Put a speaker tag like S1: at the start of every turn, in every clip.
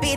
S1: be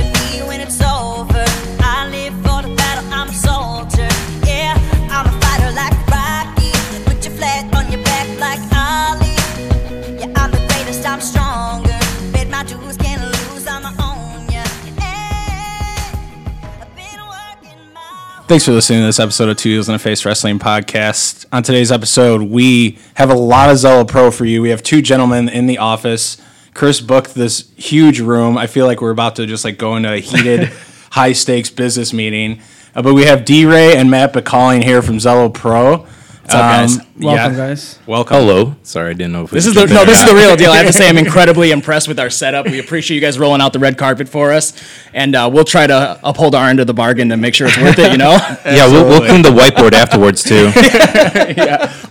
S1: me when it's over. I live for the battle, I'm a soldier. Yeah, I'm a fighter like Rocky. Put your flag on your back like Ali. Yeah, I'm the greatest, I'm stronger. Bet my dues can't lose, I'm my own. Yeah, Hey, I've been working my
S2: Thanks for listening to this episode of Two Heels and a Face Wrestling Podcast. On today's episode, we have a lot of Zella Pro for you. We have two gentlemen in the office. Chris booked this huge room. I feel like we're about to just like go into a heated, high stakes business meeting. Uh, but we have D Ray and Matt Bacalling here from Zello Pro. Um, What's
S3: guys?
S4: Welcome, guys.
S2: Welcome.
S3: Hello. Sorry, I didn't know if
S5: This is the no. This is the real deal. I have to say, I'm incredibly impressed with our setup. We appreciate you guys rolling out the red carpet for us, and uh, we'll try to uphold our end of the bargain to make sure it's worth it. You know,
S3: yeah. We'll, we'll clean the whiteboard afterwards too.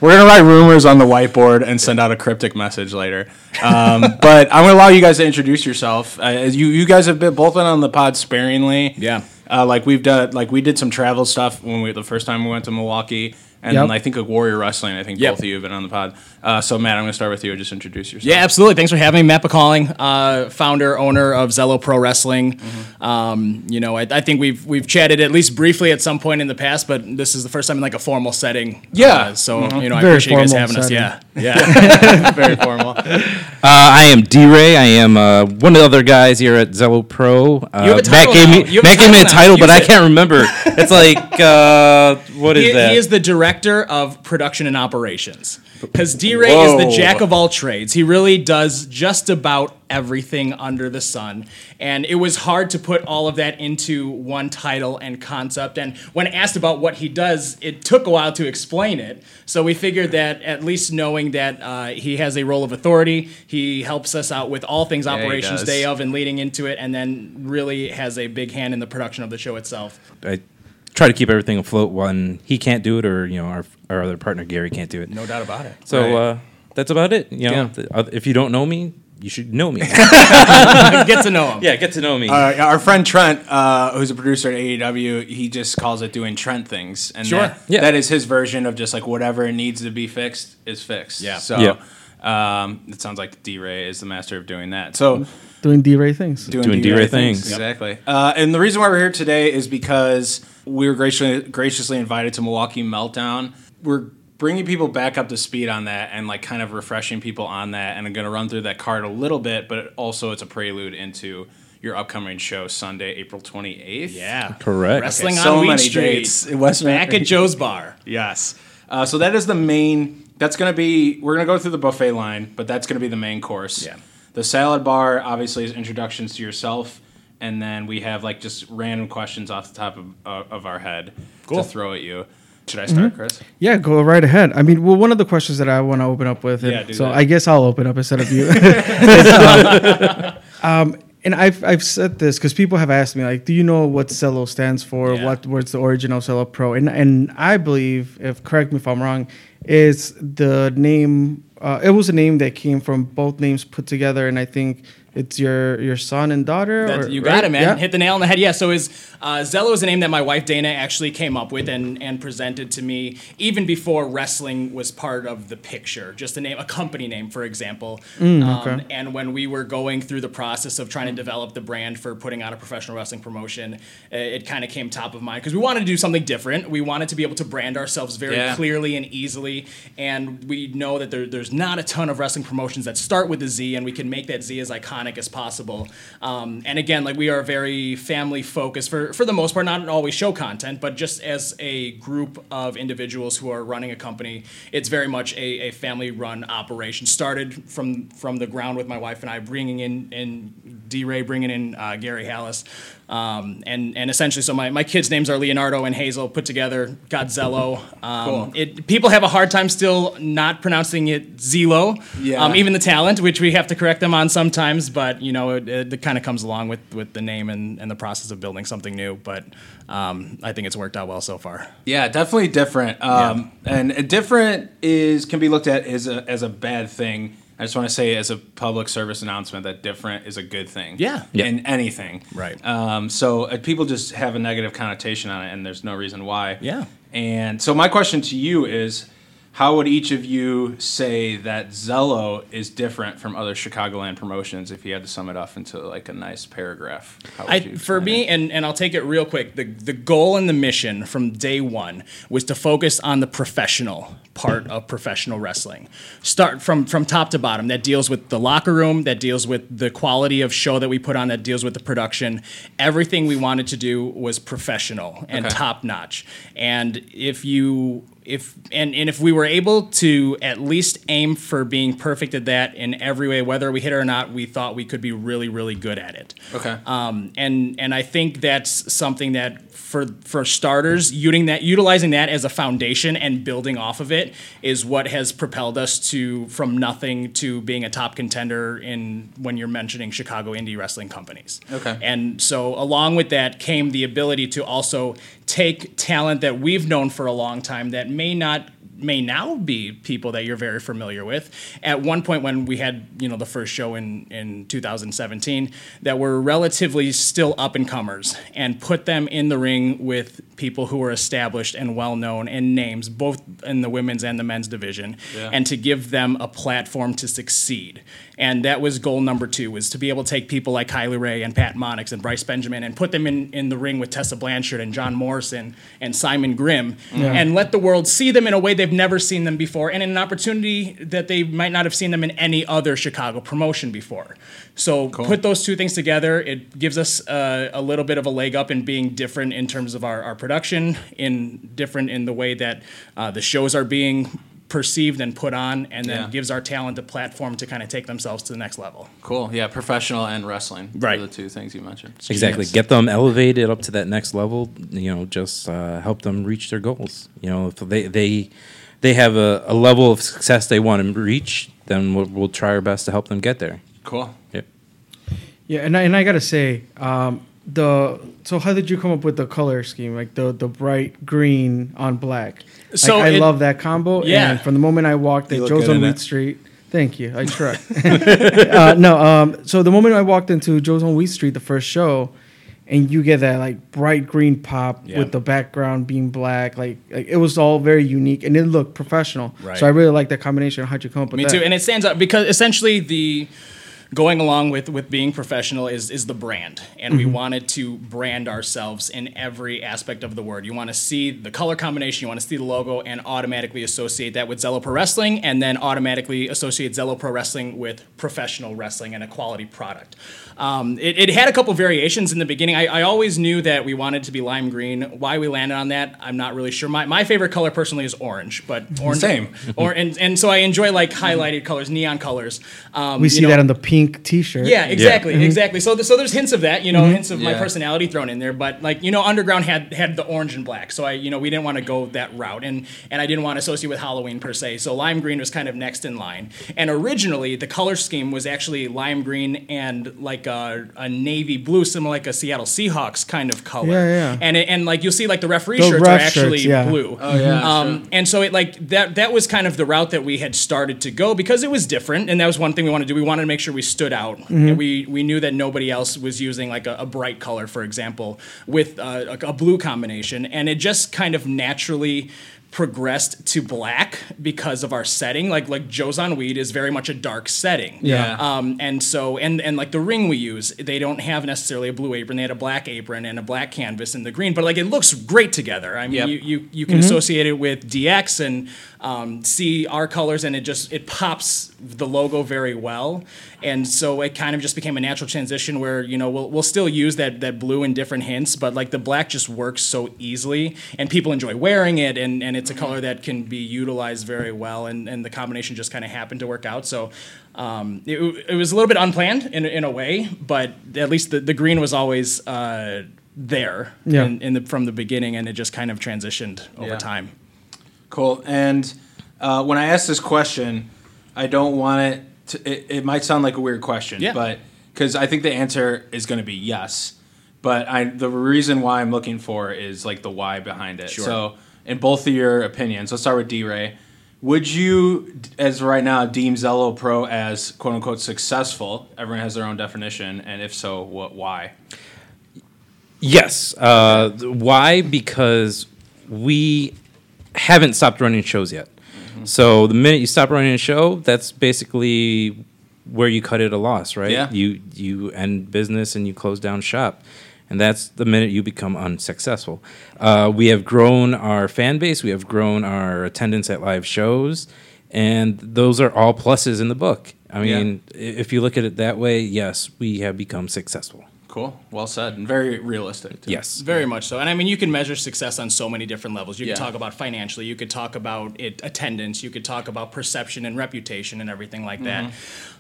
S2: We're gonna write rumors on the whiteboard and send out a cryptic message later. Um, but I'm gonna allow you guys to introduce yourself. Uh, you you guys have been both been on the pod sparingly.
S5: Yeah.
S2: Uh, like we've done, like we did some travel stuff when we the first time we went to Milwaukee, and
S4: Yep.
S2: I think a Warrior Wrestling. I think
S5: Yep.
S2: both of you have been on the pod. Uh, so Matt, I'm gonna start with you. Just introduce yourself.
S5: Yeah, absolutely. Thanks for having me, Matt Bacalling, uh, founder, owner of Zello Pro Wrestling.
S4: Mm-hmm.
S5: Um, you know, I, I think we've we've chatted at least briefly at some point in the past, but this is the first time in like a formal setting.
S2: Yeah.
S5: Uh, so you know, I
S4: Mm-hmm. Very
S5: appreciate you guys
S4: formal
S5: having
S4: setting.
S5: us. Yeah, yeah.
S2: very formal. You
S3: Uh, I am D Ray. I am uh, one of the other guys here at Zello Pro. Uh,
S5: have a title
S3: Matt gave
S5: now.
S3: me
S5: You have a
S3: Matt gave me a
S5: title now.
S3: title, but
S5: Use
S3: I
S5: it.
S3: can't remember. It's like uh, what is
S5: he,
S3: that?
S5: he is the director of production and operations because D-Ray is
S2: Whoa.
S5: the jack of all trades. He really does just about everything under the sun, and it was hard to put all of that into one title and concept. And when asked about what he does, it took a while to explain it. So we figured that at least knowing that uh, he has a role of authority, he helps us out with all things
S2: he
S5: operations
S2: does.
S5: day of and leading into it, and then really has a big hand in the production of the show itself.
S3: I try to keep everything afloat when he can't do it, or you know, our our other partner Gary can't do it.
S5: No doubt about it.
S3: So
S2: Right.
S3: uh, that's about it. You know,
S2: Yeah.
S3: th- uh, if you don't know me, you should know me.
S5: Get to know him.
S3: yeah, get to know me.
S2: Uh, our friend Trent, uh, who's a producer at AEW, he just calls it doing Trent things, and
S5: Sure.
S2: that,
S3: Yeah.
S2: that is his version of just like whatever needs to be fixed is fixed.
S5: Yeah.
S2: So Um, it sounds like D Ray is the master of doing that. So
S4: Doing D-Ray things.
S3: Doing D-Ray things.
S2: exactly. Uh, and the reason why we're here today is because we were graciously graciously invited to Milwaukee Meltdown. We're bringing people back up to speed on that and like kind of refreshing people on that. And I'm going to run through that card a little bit, but also it's a prelude into your upcoming show Sunday, April 28th.
S5: Yeah.
S3: Correct.
S5: Wrestling
S2: Okay,
S5: on
S2: so
S5: Wheat
S2: many
S5: Street.
S2: dates in West
S5: Back at Joe's Bar.
S2: Yes. Uh, so that is the main. That's going to be. We're going to go through the buffet line, but that's going to be the main course.
S5: Yeah.
S2: The salad bar obviously is introductions to yourself, and then we have like just random questions off the top of, uh, of our head to throw at you. Should I start, Chris?
S4: Yeah, go right ahead. I mean, well, one of the questions that I want to open up with, and
S2: Yeah, do
S4: so
S2: that.
S4: I guess I'll open up instead of you. is, um, um, and I've I've said this because people have asked me like, do you know what Cello stands for?
S5: Yeah.
S4: What what's the origin of Cello Pro? And and I believe, if correct me if I'm wrong, is the name. Uh, it was a name that came from both names put together, and I think it's your your son and daughter.
S5: That-
S4: or-
S5: you got
S4: right?
S5: it, man.
S4: Yeah.
S5: Hit the nail on the head. Yeah. So is uh, Zello is a name that my wife Dana actually came up with and and presented to me even before wrestling was part of the picture. Just a name, a company name, for example.
S4: Mm,
S5: Um,
S4: okay.
S5: And when we were going through the process of trying to develop the brand for putting on a professional wrestling promotion, uh, it kind of came top of mind because we wanted to do something different. We wanted to be able to brand ourselves very
S2: Yeah.
S5: clearly and easily. And we know that there, there's not a ton of wrestling promotions that start with a Z, and we can make that Z as iconic as possible. Um, and again, like we are very family focused for, for the most part, not always show content, but just as a group of individuals who are running a company, it's very much a, a family run operation. Started from from the ground with my wife and I, bringing in and D Ray, bringing in uh, Gary Hallis, um, and and essentially, so my, my kids' names are Leonardo and Hazel put together. Got Zello. Um, It people have a hard time still not pronouncing it Zelo.
S2: Yeah.
S5: Um, even the talent, which we have to correct them on sometimes, but you know, it, it, kind of comes along with with the name and and the process of building something new. But um, I think it's worked out well so far.
S2: Yeah, definitely different. Um, And a different is can be looked at as a, as a bad thing. I just want to say, as a public service announcement, that different is a good thing.
S5: Yeah.
S3: Yeah.
S2: In anything.
S5: Right.
S2: Um, so uh, people just have a negative connotation on it, and there's no reason why.
S5: Yeah.
S2: And so my question to you is, How would each of you say that Zello is different from other Chicagoland promotions? If you had to sum it up into like a nice paragraph, how would
S5: I,
S2: you
S5: for
S2: explain
S5: me,
S2: it?
S5: and, and I'll take it real quick. The the goal and the mission from day one was to focus on the professional part of professional wrestling. Start from from top to bottom. That deals with the locker room. That deals with the quality of show that we put on. That deals with the production. Everything we wanted to do was professional and
S2: Okay.
S5: top notch. And if you if and, and if we were able to at least aim for being perfect at that in every way, whether we hit it or not, we thought we could be really, really good at it.
S2: Okay.
S5: Um, and and I think that's something that for for starters, uting that utilizing that as a foundation and building off of it is what has propelled us to from nothing to being a top contender in when you're mentioning Chicago indie wrestling companies.
S2: Okay.
S5: And so along with that came the ability to also take talent that we've known for a long time that may not may now be people that you're very familiar with. At one point when we had, you know, the first show in in 2017 that were relatively still up and comers and put them in the ring with people who were established and well known and names both in the women's and the men's division
S2: Yeah.
S5: and to give them a platform to succeed. And that was goal number 2 was to be able to take people like Kylie Ray and Pat Monix and Bryce Benjamin and put them in in the ring with Tessa Blanchard and John Morrison and Simon Grimm and let the world see them in a way they've never seen them before and in an opportunity that they might not have seen them in any other Chicago promotion before. So put those two things together, it gives us uh, a little bit of a leg up in being different in terms of our, our production, in different in the way that uh, the shows are being perceived and put on, and then
S2: Yeah.
S5: gives our talent a platform to kind of take themselves to the next level.
S2: Cool. Yeah, professional and wrestling.
S5: Right.
S2: Are the two things you mentioned.
S3: Exactly. Get them elevated up to that next level. You know, just uh, help them reach their goals. You know, if they they they have a, a level of success they want to reach, then we'll, we'll try our best to help them get there.
S2: Cool.
S3: Yep.
S4: Yeah, and I, and I gotta say, um, the so how did you come up with the color scheme, like the the bright green on black? Like,
S5: So
S4: I
S5: it-
S4: love that combo.
S5: Yeah.
S4: and from the moment I walked
S2: You
S4: at
S2: look
S4: Joe's
S2: good
S4: on
S2: in
S4: Wheat
S2: it.
S4: Street. Thank you. I try. uh, no, um, so the moment I walked into Joe's on Wheat Street, the first show, and you get that like bright green pop
S5: Yeah.
S4: with the background being black, like, like it was all very unique and it looked professional.
S5: Right.
S4: So I really like that combination. How'd you come up with
S5: Me
S4: that?
S5: too, and it stands out because essentially the going along with with being professional is is the brand, and
S4: Mm-hmm.
S5: we wanted to brand ourselves in every aspect of the word. You want to see the color combination, you want to see the logo, and automatically associate that with Zello Pro Wrestling, and then automatically associate Zello Pro Wrestling with professional wrestling and a quality product. Um, it, it had a couple variations in the beginning. I, I always knew that we wanted to be lime green. Why we landed on that, I'm not really sure. My, my favorite color personally is orange, but orange
S2: Same.
S5: or and, and so I enjoy like highlighted colors, neon colors. Um,
S4: we
S5: you
S4: see
S5: know-
S4: that on the pink T-shirt.
S5: Yeah, exactly,
S4: Mm-hmm.
S5: exactly. So th- so there's hints of that, you know, hints of my
S2: Yeah.
S5: personality thrown in there. But like you know, Underground had had the orange and black, so I you know we didn't want to go that route, and and I didn't want to associate with Halloween per se. So lime green was kind of next in line. And originally the color scheme was actually lime green and like a, a navy blue, similar like a Seattle Seahawks kind of color.
S4: Yeah, yeah.
S5: And it, and like you'll see like the referee
S4: The
S5: shirts are
S4: ref
S5: actually
S4: shirts, yeah.
S5: blue.
S2: Oh yeah.
S5: Um, and so it like that that was kind of the route that we had started to go because it was different and that was one thing we wanted to do we wanted to make sure we stood out
S2: Mm-hmm.
S5: and we we knew that nobody else was using like a, a bright color for example with uh, a, a blue combination and it just kind of naturally progressed to black because of our setting like like Joe's on weed is very much a dark setting
S2: Yeah.
S5: um, and so and and like the ring we use they don't have necessarily a blue apron they had a black apron and a black canvas in the green but like it looks great together i mean
S2: Yep.
S5: you, you you can associate it with dx and um, see our colors and it just it pops the logo very well and so it kind of just became a natural transition where you know we'll, we'll still use that that blue in different hints but like the black just works so easily and people enjoy wearing it and and it's a color that can be utilized very well and and the combination just kind of happened to work out so um, it, it was a little bit unplanned in, in a way, but at least the, the green was always uh, there
S4: Yeah.
S5: in, in the, from the beginning, and it just kind of transitioned over
S2: Yeah.
S5: time.
S2: Cool. And uh, when I ask this question, I don't want it. To, it, it might sound like a weird question,
S5: Yeah.
S2: but because I think the answer is going to be yes. But I, the reason why I'm looking for is like the why behind it.
S5: Sure.
S2: So, in both of your opinions, let's start with D Ray. Would you, d- as of right now, deem Zello Pro as quote unquote successful? Everyone has their own definition, and if so, what? Why?
S3: Yes. Uh, th- why? Because we haven't stopped running shows yet.
S2: Mm-hmm.
S3: So the minute you stop running a show, that's basically where you cut it a loss, right?
S2: Yeah.
S3: You you end business and you close down shop. And that's the minute you become unsuccessful. Uh, we have grown our fan base, we have grown our attendance at live shows, and those are all pluses in the book. I
S2: Yeah.
S3: mean, i if you look at it that way, yes, we have become successful.
S2: Cool. Well said. And very realistic. Too.
S3: Yes.
S5: Very much so. And I mean, you can measure success on so many different levels. You
S2: Yeah.
S5: could talk about financially, you could talk about it, attendance, you could talk about perception and reputation and everything like that.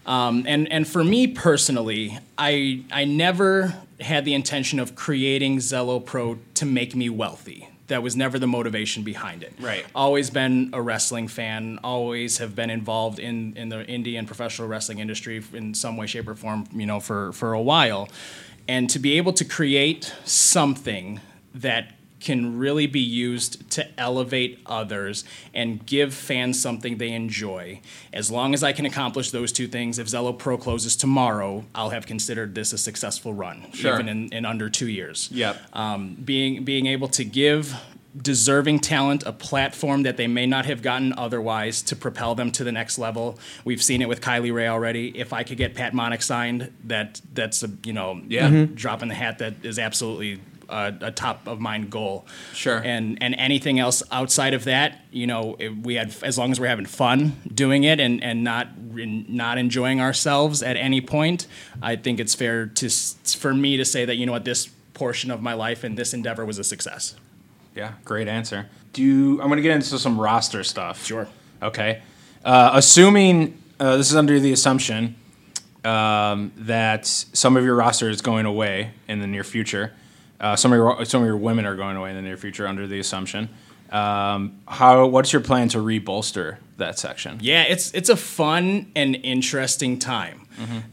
S5: Um, and, and for me personally, I, I never had the intention of creating Zello Pro to make me wealthy. That was never the motivation behind it.
S2: Right.
S5: Always been a wrestling fan. Always have been involved in, in the indie and professional wrestling industry in some way, shape, or form. You know, for for a while, and to be able to create something that can really be used to elevate others and give fans something they enjoy. As long as I can accomplish those two things, if Zello Pro closes tomorrow, I'll have considered this a successful run,
S2: Sure.
S5: even in, in under two years
S2: Yep.
S5: um, being being able to give deserving talent a platform that they may not have gotten otherwise to propel them to the next level. We've seen it with Kylie Ray already. If I could get Pat Monick signed, that that's a you know
S2: Yeah. Mhm.
S5: drop in the hat that is absolutely a, a top of mind goal.
S2: Sure.
S5: And and anything else outside of that, you know, if we had as long as we're having fun doing it and and not re- not enjoying ourselves at any point, I think it's fair to s- for me to say that you know what this portion of my life and this endeavor was a success.
S2: Yeah, great answer. Do you, I'm going to get into some roster stuff.
S5: Sure.
S2: Okay. Uh, assuming uh, this is under the assumption um, that some of your roster is going away in the near future. Uh, some of your some of your women are going away in the near future under the assumption. Um, how what's your plan to rebolster that section?
S5: Yeah, it's it's a fun and interesting time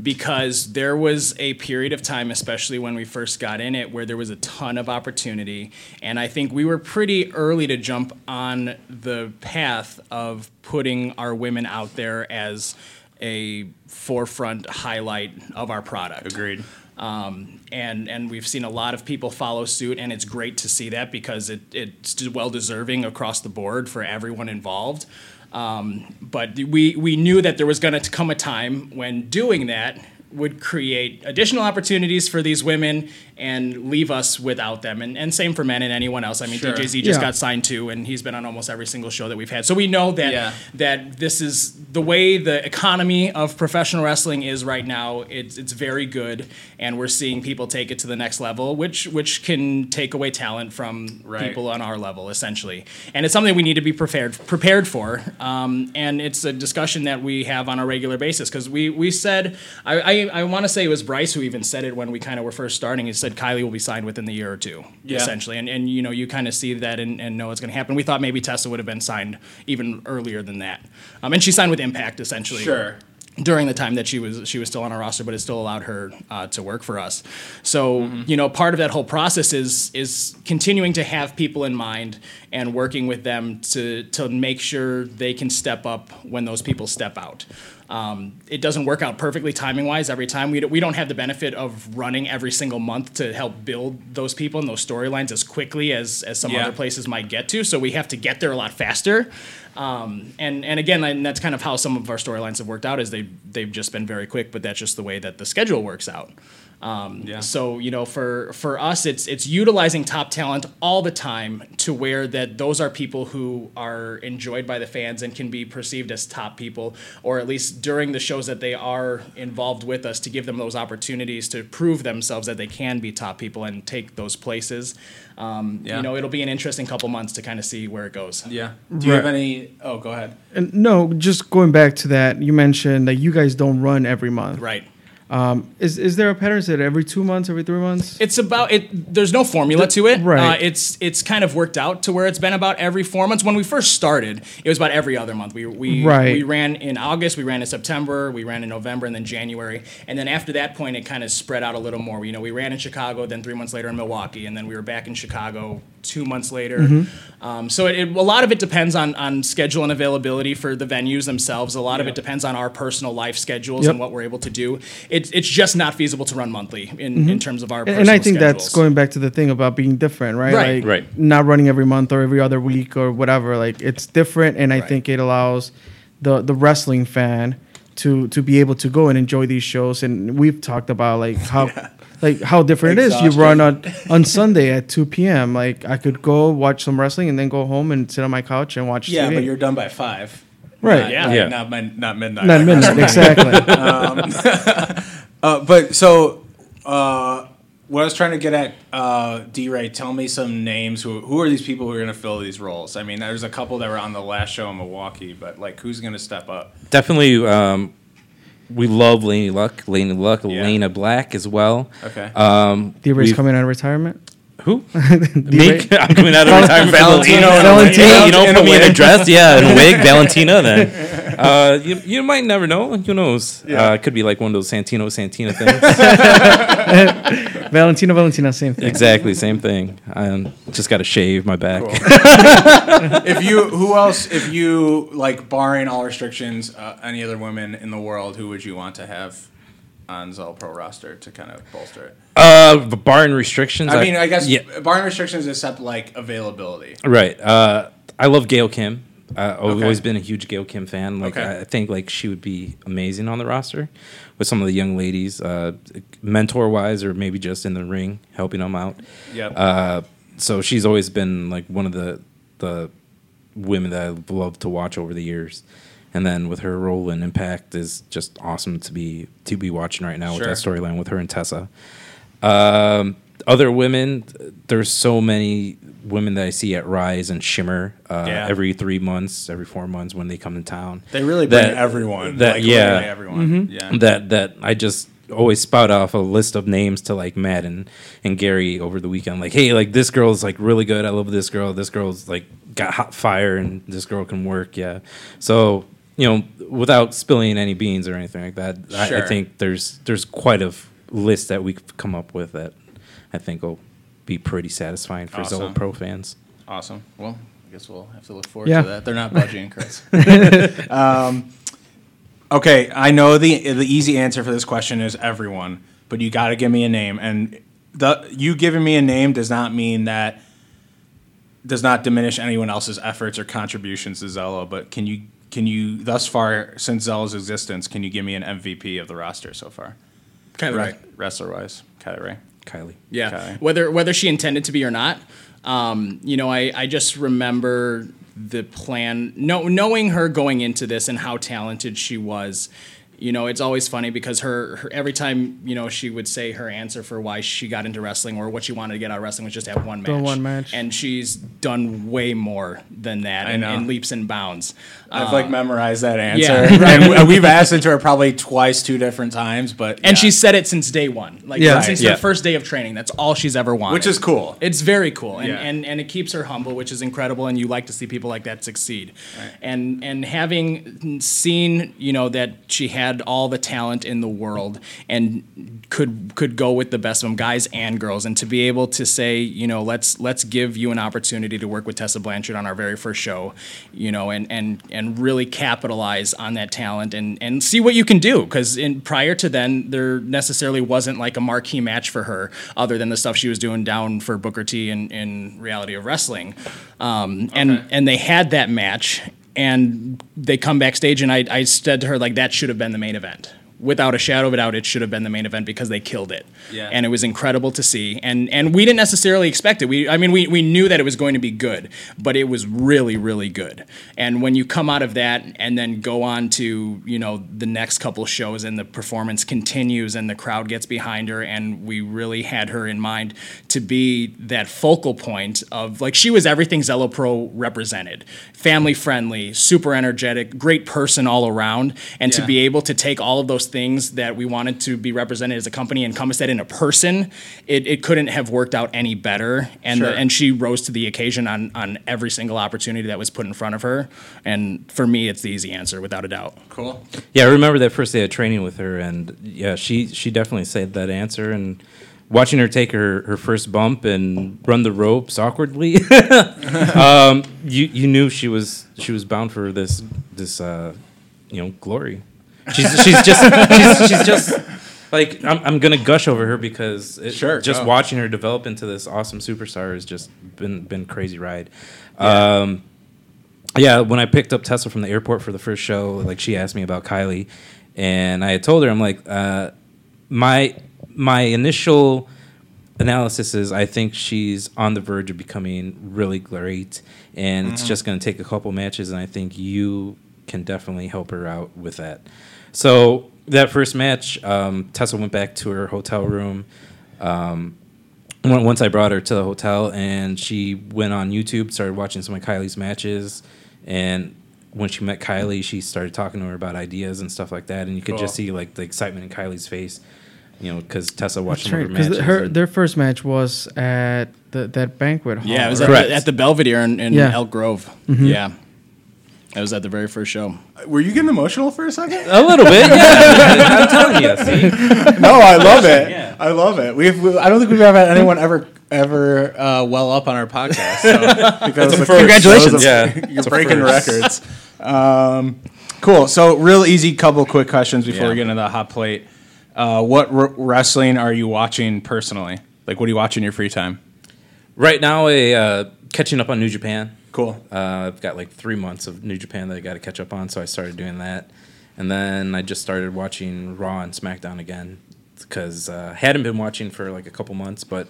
S5: because there was a period of time, especially when we first got in it, where there was a ton of opportunity, and I think we were pretty early to jump on the path of putting our women out there as a forefront highlight of our product.
S2: Agreed.
S5: Um, and and we've seen a lot of people follow suit, and it's great to see that because it it's well deserving across the board for everyone involved. Um, but we we knew that there was going to come a time when doing that would create additional opportunities for these women and leave us without them. And and same for men and anyone else. I mean,
S2: Sure.
S5: DJZ just
S4: Yeah.
S5: got signed to, and he's been on almost every single show that we've had. So we know that
S2: Yeah.
S5: that this is the way the economy of professional wrestling is right now. It's it's very good, and we're seeing people take it to the next level, which which can take away talent from
S2: Right.
S5: people on our level essentially. And it's something we need to be prepared prepared for. Um, and it's a discussion that we have on a regular basis because we we said I I, I want to say it was Bryce who even said it when we kind of were first starting. He said Kylie will be signed within the year or two,
S2: Yeah.
S5: essentially. And and you know you kind of see that and, and know it's going to happen. We thought maybe Tessa would have been signed even earlier than that. Um, and she signed with Impact essentially
S2: Sure.
S5: during the time that she was she was still on our roster, but it still allowed her uh, to work for us. So you know, part of that whole process is is continuing to have people in mind and working with them to to make sure they can step up when those people step out. Um, it doesn't work out perfectly timing wise every time. We, d- we don't have the benefit of running every single month to help build those people and those storylines as quickly as, as some
S2: Yeah.
S5: other places might get to. So we have to get there a lot faster. Um, and and again, and that's kind of how some of our storylines have worked out. Is they they've just been very quick, but that's just the way that the schedule works out. Um,
S2: Yeah.
S5: So you know, for for us, it's it's utilizing top talent all the time to where that those are people who are enjoyed by the fans and can be perceived as top people, or at least during the shows that they are involved with us, to give them those opportunities to prove themselves that they can be top people and take those places. Um,
S2: Yeah.
S5: You know, it'll be an interesting couple months to kind of see where it goes.
S2: Yeah. Do you have
S4: Right.
S2: any? Oh, go ahead.
S4: And no, just going back to that, you mentioned that you guys don't run every month.
S5: Right.
S4: Is is there a pattern? Is it every two months, every three months?
S5: It's about it. There's no formula to it.
S4: Right.
S5: Uh, it's it's kind of worked out to where it's been about every four months. When we first started, it was about every other month. We we
S4: Right.
S5: we ran in August, we ran in September, we ran in November, and then January. And then after that point, it kind of spread out a little more. You know, we ran in Chicago, then three months later in Milwaukee, and then we were back in Chicago two months later.
S4: Mm-hmm.
S5: Um, so it, it, a lot of it depends on on schedule and availability for the venues themselves. A lot of it depends on our personal life schedules
S4: Yep.
S5: and what we're able to do. It's it's just not feasible to run monthly in,
S4: Mm-hmm.
S5: in terms of our
S4: And,
S5: personal
S4: and I think that's
S5: schedules.
S4: going back to the thing about being different, right?
S5: Right.
S4: Like
S3: Right.
S4: not running every month or every other week or whatever. Like it's different and I
S5: Right.
S4: think it allows the the wrestling fan to to be able to go and enjoy these shows and we've talked about like how like how different it is. You run on on Sunday at two PM. Like I could go watch some wrestling and then go home and sit on my couch and watch
S2: Yeah,
S4: TV.
S2: but you're done by five.
S4: Right.
S2: Not-
S5: Yeah.
S2: Not,
S3: Yeah.
S2: Not, min- not midnight.
S4: not midnight, exactly.
S2: Uh, but so, uh, what I was trying to get at, uh, D Ray, tell me some names. Who, who are these people who are going to fill these roles? I mean, there's a couple that were on the last show in Milwaukee, but like, who's going to step up?
S3: Definitely, um, we love Laney Luck, Laney Luck, Elena Black as well.
S2: Okay.
S3: Um,
S4: D Ray's
S3: we've-
S4: coming out of retirement.
S3: Who?
S4: D-Ray?
S3: Me? I'm coming out of retirement.
S2: Valentino and a wig.
S4: Valentino.
S3: Hey, you don't
S2: And a
S3: put me in a
S2: wig.
S3: dress, yeah, in a wig, Valentina. Then uh, you, you might never know. Who knows? Uh, it could be like one of those Santino Santina things.
S4: Valentino Valentina, same thing.
S3: exactly, same thing. I just got to shave my back.
S2: if you, who else? If you like, barring all restrictions, uh, any other women in the world, who would you want to have on Zell Pro roster to kind of bolster it?
S3: Uh, but barring restrictions.
S2: I mean, I guess
S3: Yeah,
S2: barring restrictions except like availability.
S3: right. Uh, I love Gail Kim. Uh, I've always been a huge Gail Kim fan. Like,
S2: Okay.
S3: I I think like she would be amazing on the roster with some of the young ladies, uh, mentor wise, or maybe just in the ring helping them out.
S2: Yep.
S3: Uh, so she's always been like one of the the women that I've loved to watch over the years. And then with her role in Impact is just awesome to be to be watching right now
S2: Sure.
S3: with that storyline with her and Tessa. Um, other women, there's so many women that I see at Rise and Shimmer uh,
S2: Yeah.
S3: every three months, every four months when they come to town.
S2: they really bring
S3: That-
S2: everyone.
S3: that-
S2: like,
S3: yeah.
S2: literally everyone. Yeah.
S3: that that I just always spout off a list of names to like Matt and, and Gary over the weekend. Like, hey, like this girl's like really good. I love this girl. This girl's like got hot fire and this girl can work. Yeah. So, you know, without spilling any beans or anything like that, I, I
S2: Sure.
S3: think there's there's quite a f- list that we could come up with that I think will be pretty satisfying for
S2: Awesome.
S3: Zelda Pro fans.
S2: Awesome. Well, I guess we'll have to look forward
S4: Yeah.
S2: to that. They're not budging, Chris. um, okay, I know the the easy answer for this question is everyone, but you got to give me a name, and the you giving me a name does not mean that does not diminish anyone else's efforts or contributions to Zello. But can you can you thus far since Zello's existence, can you give me an MVP of the roster so far,
S5: Kylie Ray.
S2: wrestler wise, Kylie Ray?
S3: Kylie.
S5: Yeah.
S2: Okay.
S5: Whether whether she intended to be or not, um, you know, I, I just remember the plan. No, knowing her going into this and how talented she was. You know, it's always funny because her, her every time you know she would say her answer for why she got into wrestling or what she wanted to get out of wrestling was just to have one match.
S4: The one match.
S5: And she's done way more than that,
S2: I
S5: in,
S2: know.
S5: in leaps and bounds.
S2: I've
S3: Um,
S2: like memorized that answer,
S5: yeah, right.
S2: and we- we've asked it to her probably twice, two different times. But
S5: And
S2: yeah.
S5: she's said it since day one, like
S4: Yeah.
S5: since
S3: Yeah.
S5: the first day of training. That's all she's ever wanted,
S2: which is cool.
S5: It's very cool, and,
S2: Yeah.
S5: and and it keeps her humble, which is incredible. And you like to see people like that succeed, and and having seen you know that she had all the talent in the world and could could go with the best of them, guys and girls, and to be able to say you know let's let's give you an opportunity to work with Tessa Blanchard on our very first show, you know, and and and really capitalize on that talent and and see what you can do because in prior to then there necessarily wasn't like a marquee match for her other than the stuff she was doing down for Booker T in, in reality of wrestling. Um, and and they had that match and they come backstage and I, I said to her like that should have been the main event. Without a shadow of a doubt, it should have been the main event because they killed it,
S2: Yeah.
S5: and it was incredible to see. And and we didn't necessarily expect it. We I mean we we knew that it was going to be good, but it was really really good. And when you come out of that and then go on to you know the next couple shows and the performance continues and the crowd gets behind her and we really had her in mind to be that focal point of like she was everything Zello Pro represented. Family friendly, super energetic, great person all around and to
S2: Yeah.
S5: be able to take all of those things that we wanted to be represented as a company and encompass that in a person, it, it couldn't have worked out any better. And
S2: Sure.
S5: the, and she rose to the occasion on on every single opportunity that was put in front of her. And for me, it's the easy answer without a doubt.
S2: cool.
S3: Yeah, I remember that first day of training with her, and yeah, she she definitely said that answer, and watching her take her, her first bump and run the ropes awkwardly, um, you you knew she was she was bound for this this uh, you know glory. She's she's just she's, she's just like I'm, I'm gonna gush over her because it,
S2: Sure,
S3: just
S2: go.
S3: watching her develop into this awesome superstar has just been been crazy ride. Um, yeah, when I picked up Tesla from the airport for the first show, like she asked me about Kylie, and I had told her I'm like, uh, my my initial analysis is I think she's on the verge of becoming really great, and it's
S4: Mm-hmm.
S3: just going to take a couple matches, and I think you can definitely help her out with that. So that first match, um, Tessa went back to her hotel room. Um, on- once I brought her to the hotel, and she went on YouTube, started watching some of Kylie's matches, and when she met Kylie, she started talking to her about ideas and stuff like that, and you could just
S2: Cool.
S3: see like the excitement in Kylie's face, you know, because Tessa watched
S4: That's
S3: some of her
S4: right. Because
S3: matches.
S4: her
S3: and-
S4: their first match was at the, that banquet hall.
S5: Yeah, it was at
S4: right?
S5: the, at the Belvedere in, in
S4: Yeah.
S5: Elk Grove. Yeah. That was at the very first show.
S2: Were you getting emotional for a second?
S3: A little bit, yeah. I'm telling you. See?
S2: no, I love it. I love it. We've we, I don't think we've ever had anyone ever ever uh, well up on our podcast. So, because
S3: a
S2: the-
S3: first.
S2: congratulations,
S3: Yeah,
S2: you're
S3: it's a
S2: breaking
S3: first.
S2: records. Um, cool. So real easy couple quick questions before
S3: Yeah.
S2: we get into the hot plate. Uh, what r- wrestling are you watching personally? Like, what do you watch in your free time?
S3: Right now, I, uh, catching up on New Japan.
S2: Cool.
S3: Uh, I've got like three months of New Japan that I got to catch up on, so I started doing that, and then I just started watching Raw and SmackDown again because uh, hadn't been watching for like a couple months, but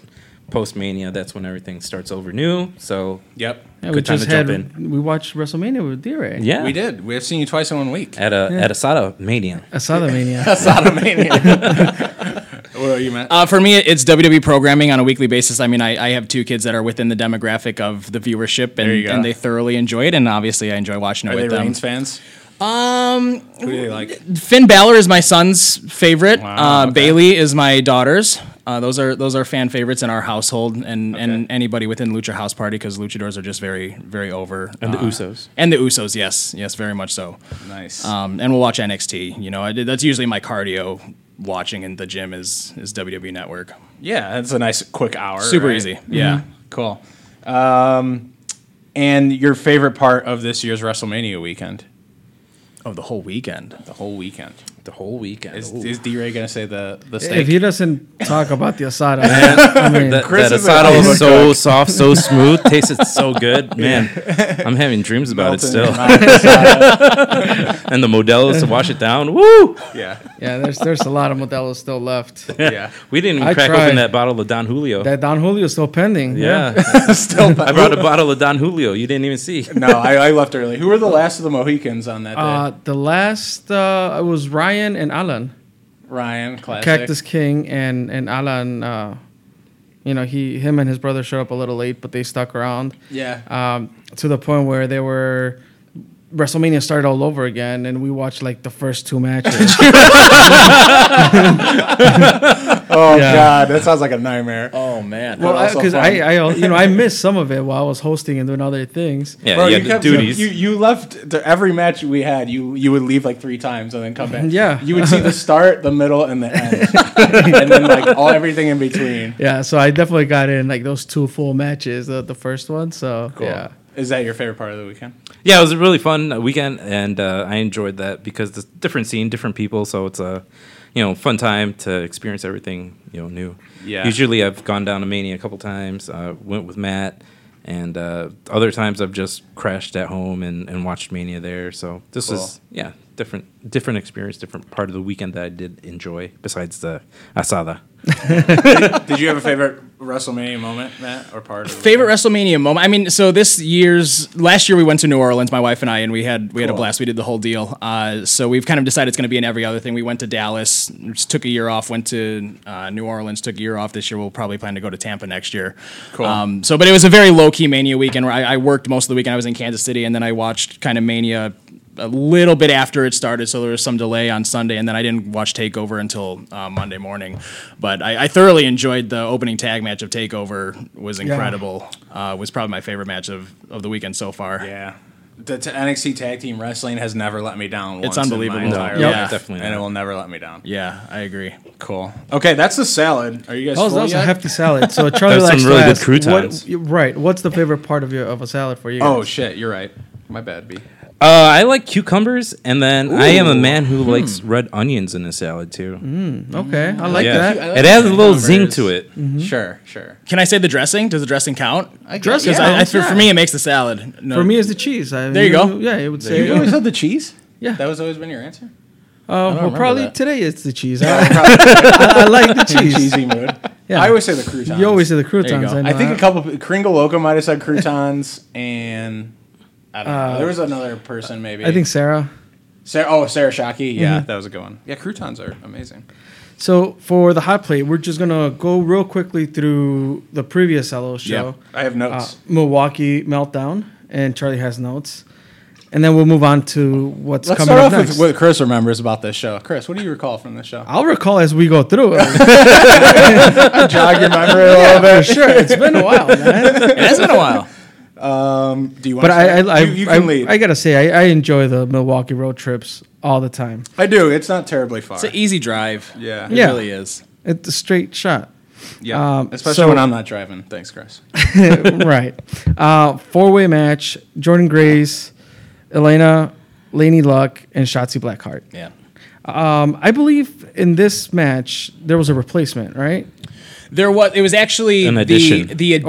S3: post Mania, that's when everything starts over new. So
S2: Yep.
S4: Yeah, we
S3: Good time
S4: just
S3: to
S4: had
S3: jump
S4: we watched WrestleMania with D-Ray.
S3: yeah,
S2: We did. We have seen you twice in one week.
S3: at a at Asada Mania.
S4: Asada Mania.
S2: What you, Matt?
S5: Uh, for me, it's WWE programming on a weekly basis. I mean, I, I have two kids that are within the demographic of the viewership, and,
S2: you go.
S5: and they thoroughly enjoy it. And obviously, I enjoy watching it
S2: Are they
S5: with them.
S2: Reigns fans? Um, who do they like?
S5: Finn Balor is my son's favorite.
S2: Wow,
S5: uh,
S2: okay.
S5: Bailey is my daughter's. Uh, those are those are fan favorites in our household, and, and anybody within Lucha House Party because Luchadors are just very very over.
S3: And the
S5: uh,
S3: Usos.
S5: and the Usos, yes, yes, very much so.
S2: Nice.
S5: Um, and we'll watch NXT. You know, I, did- that's usually my cardio watching in the gym is is WWE Network.
S2: Yeah, that's a nice quick hour.
S5: Super
S2: right? Mm-hmm.
S5: easy. Yeah.
S2: Cool. Um, and your favorite part of this year's WrestleMania weekend?
S5: Oh, the whole weekend.
S2: The whole weekend.
S3: The whole weekend.
S2: Is,
S3: Ooh.
S2: is D Ray going to say the, the
S4: If
S2: steak?
S4: he doesn't talk about the Asada, I mean,
S3: that,
S2: Chris
S3: that
S2: is a
S3: asado
S2: hell of a
S3: was so soft, so smooth, tasted so good, man. I'm having dreams about
S2: Melting
S3: it still.
S2: in my asada.
S3: and the Modelo's to wash it down. Woo!
S2: yeah.
S4: yeah, there's there's a lot of Modelo's still left.
S2: Yeah.
S3: We didn't even
S4: I
S3: crack
S4: tried.
S3: open that bottle of Don Julio.
S4: That Don Julio's still pending.
S3: yeah,
S2: Still,
S3: I brought a bottle of Don Julio. You didn't even see.
S2: no, I, I left early. Who were the last of the Mohicans on that day?
S4: Uh, the last uh, it was Ryan and Alan,
S2: Ryan, classic.
S4: Cactus King and and Alan. Uh, you know, he him and his brother showed up a little late, but they stuck around.
S2: Yeah.
S4: um, to the point where they were WrestleMania started all over again, and we watched like the first two matches.
S2: oh,
S4: yeah.
S2: God. That sounds like a nightmare.
S5: Oh man.
S4: well,
S2: also
S4: because
S2: fun.
S4: I, I, you know, I missed some of it while I was hosting and doing other things.
S3: Yeah,
S2: Bro,
S3: yeah,
S2: you
S3: the
S2: kept
S3: duties.
S2: You, you left to every match we had. You you would leave like three times and then come back.
S4: Yeah.
S2: you would see the start, the middle, and the end, and then like all everything in between.
S4: Yeah, so I definitely got in like those two full matches, the, the first one. So yeah,
S2: Is that your favorite part of the weekend?
S3: yeah, it was a really fun uh, weekend, and uh, I enjoyed that because it's different scene, different people, so it's a you know fun time to experience everything you know new.
S2: Yeah.
S3: Usually, I've gone down to Mania a couple times. Uh, went with Matt, and uh, other times I've just crashed at home and, and watched Mania there. So this is yeah different different experience, different part of the weekend that I did enjoy besides the asada.
S2: Did you have a favorite WrestleMania moment, Matt, or part of the
S5: Favorite WrestleMania moment. I mean, so this year's last year we went to New Orleans, my wife and I, and we had we had a
S2: Cool.
S5: blast. We did the whole deal. Uh, so we've kind of decided it's going to be in every other thing. We went to Dallas, just took a year off. Went to uh, New Orleans, took a year off. This year we'll probably plan to go to Tampa next year.
S2: Cool.
S5: Um, so, but it was a very low key Mania weekend. Where I, I worked most of the weekend. I was in Kansas City, and then I watched kind of Mania a little bit after it started, so there was some delay on Sunday, and then I didn't watch Takeover until uh, Monday morning. But I, I thoroughly enjoyed the opening tag match of Takeover. was incredible. Uh, was probably my favorite match of, of the weekend so far.
S2: Yeah, the t- NXT tag team wrestling has never let me down.
S6: It's
S2: once in my
S6: unbelievable.
S2: entire
S3: No,
S2: life,
S3: yeah, definitely
S2: and it
S3: not.
S2: will never let me down.
S6: Yeah, I agree.
S2: Cool. Okay, that's the salad. Are you guys?
S4: Oh,
S2: full
S4: that was a
S2: yet?
S4: hefty salad. So
S3: That
S4: Charlie
S3: was some
S4: likes to
S3: really good
S4: ask, what-
S3: croutons.
S4: you- right. What's the favorite part of your of a salad for you?
S2: Oh
S4: guys?
S2: shit, you're right. My bad, B.
S3: Uh, I like cucumbers, and then I am a man who likes red onions in a salad too.
S4: okay. I like
S3: yeah,
S4: that.
S3: it adds a little zing to it.
S2: Sure, sure.
S5: Can I say the dressing? Does the dressing count? I
S4: guess,
S5: Because
S4: yeah.
S5: I, I, for, for me, it makes the salad. No.
S4: For me, it's the cheese. I,
S5: There you go.
S4: Yeah, it would
S2: You
S4: say.
S2: always had the cheese.
S4: Yeah.
S2: that was always been your answer.
S4: Uh, well,
S2: remember
S4: probably
S2: that.
S4: today it's the cheese. I, I like the cheese.
S2: Cheesy mood.
S4: Yeah.
S2: I always say the croutons.
S4: You always say the croutons.
S5: go.
S4: I, know.
S2: I think a couple Kringle Loco might have said croutons, and I don't know. There was another person maybe.
S4: I think Sarah.
S2: Sarah. Oh, Sarah Shockey.
S4: Mm-hmm.
S2: Yeah, that was a good one. Yeah, croutons are amazing.
S4: So for the hot plate, we're just gonna go real quickly through the previous LO show.
S2: I have
S4: Uh,
S2: notes.
S4: Milwaukee meltdown, and Charlie has notes, and then we'll move on to what's
S2: Let's
S4: coming
S2: start
S4: up
S2: off
S4: next.
S2: with what Chris remembers about this show. Chris, what do you recall from this show?
S4: I'll recall as we go through. it.
S2: jog your memory a little bit.
S4: sure, it's been a while, man.
S5: It has been a while.
S2: Do you want?
S4: But I, I, I,
S2: you, you can
S4: I,
S2: lead.
S4: I
S2: I,
S4: gotta say, I, I enjoy the Milwaukee road trips all the time.
S2: do. It's not terribly far.
S5: It's an easy drive.
S2: yeah,
S5: It
S4: Yeah.
S5: really is.
S4: It's a straight shot.
S2: yeah.
S4: Um,
S2: Especially
S4: so-
S2: when I'm not driving. Thanks, Chris.
S4: right. Uh, Four way match: Jordan Grace, Elena, Laney Luck, and Shotzi Blackheart.
S5: Yeah.
S4: Um, I believe in this match there was a replacement, right?
S5: There was it was actually
S3: An
S5: the
S3: addition.
S5: the
S4: Or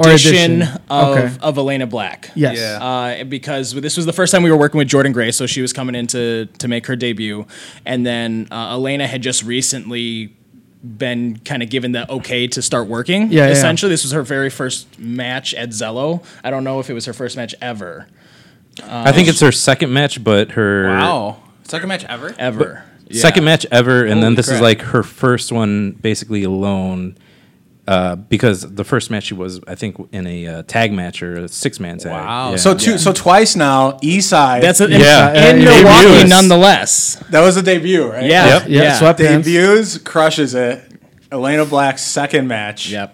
S5: addition
S4: addition.
S5: of
S4: Okay.
S5: of Elena Black.
S4: Yes.
S2: Yeah.
S5: Uh, because this was the first time we were working with Jordan Gray, so she was coming in to, to make her debut. And then uh, Elena had just recently been kind of given the okay to start working.
S4: Yeah, yeah, yeah.
S5: Essentially, this was her very first match at Zello. I don't know if it was her first match ever.
S3: I think it's her second match, but her
S2: Wow. Second match ever.
S5: Ever.
S3: second match ever, and
S2: Holy
S3: then this
S2: crap.
S3: is like her first one basically alone. Uh, because the first match she was, I think, in a uh, tag match or a six man tag.
S2: Wow.
S3: Yeah.
S2: So two. So twice now. East Side.
S5: That's a,
S3: Yeah.
S5: in, in
S4: Yeah, yeah,
S5: Milwaukee,
S3: yeah.
S5: nonetheless.
S2: that was a debut, right?
S5: Yeah.
S3: Yep.
S4: Yeah,
S5: Yeah.
S4: swept hands.
S2: Debuts crushes it. Elena Black's second match.
S5: Yep.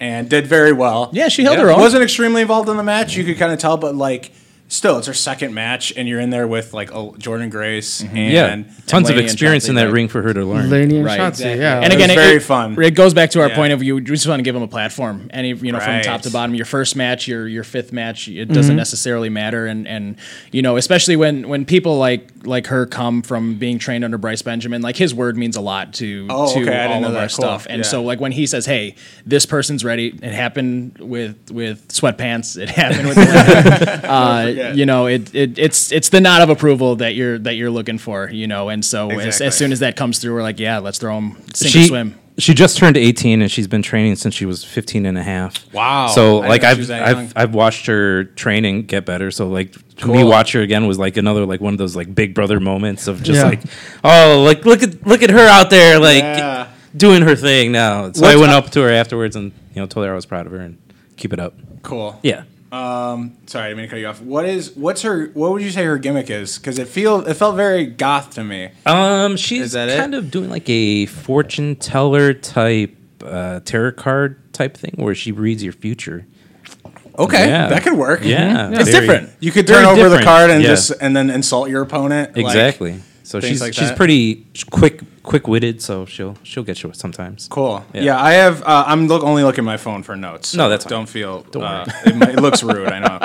S2: And did very well.
S5: Yeah, she held her own.
S2: Wasn't extremely involved in the match. You could kind of tell, but like, still, it's her second match, and you're in there with like oh, Jordan Grace
S5: Mm-hmm.
S2: and
S3: yeah, tons of
S2: Lady and
S3: experience in
S2: Chelsea
S3: that
S2: Green.
S3: ring for her to learn.
S4: Laney and
S5: Right,
S4: Shotzi.
S5: exactly.
S4: Yeah.
S2: It
S5: and again,
S2: was
S5: it,
S2: very
S5: it-
S2: fun.
S5: It goes back to our
S2: Yeah.
S5: point of view. We just want to give them a platform. Any you know, from
S2: Right.
S5: top to bottom, your first match, your your fifth match, it doesn't
S4: Mm-hmm.
S5: necessarily matter. And and you know, especially when when people like like her come from being trained under Bryce Benjamin, like his word means a lot to
S2: Oh,
S5: to
S2: okay, I didn't
S5: all
S2: know
S5: of
S2: that.
S5: our
S2: Cool.
S5: stuff. And
S2: Yeah.
S5: so like when he says, "Hey, this person's ready," it happened with with sweatpants. It happened with. uh,
S2: forget.
S5: you know, it, it it's it's the nod of approval that you're that you're looking for, you know, and so as,
S2: Exactly.
S5: as soon as that comes through, we're like, yeah, let's throw them sink or
S3: she,
S5: swim.
S3: She just turned 18 and she's been training since she was 15 and a half.
S2: Wow.
S3: So
S2: I didn't
S3: like
S2: know she was
S3: I've
S2: that young.
S3: I've, I've watched her train and get better. So like to me
S2: Cool.
S3: watch her again was like another like one of those like big brother moments of just
S4: Yeah.
S3: like oh like look at look at her out there like
S2: Yeah.
S3: doing her thing now. So I
S2: What's
S3: went
S2: up-
S3: up to her afterwards and you know told her I was proud of her and keep it up.
S2: Cool.
S3: Yeah.
S2: Sorry, I didn't mean to cut you off. What is what's her? What would you say her gimmick is? Because it feel it felt very goth to me.
S3: Um, she's
S2: that it?
S3: kind of doing like a fortune teller type uh, tarot card type thing where she reads your future.
S2: Okay,
S3: Yeah.
S2: that could work.
S3: Yeah,
S2: it's
S3: very-
S2: different. You could
S3: very
S2: turn over the
S3: different,
S2: card and
S3: yeah.
S2: just and then insult your opponent. like-
S3: Exactly. so
S2: things
S3: she's
S2: like
S3: she's
S2: that.
S3: pretty quick quick witted. So she'll she'll get you sometimes.
S2: cool. Yeah,
S3: Yeah.
S2: I have. Uh, I'm look, only looking at my phone for notes. so
S3: No, that's fine.
S2: don't feel.
S3: Don't
S2: uh,
S3: worry.
S2: it, might- it looks rude. I know.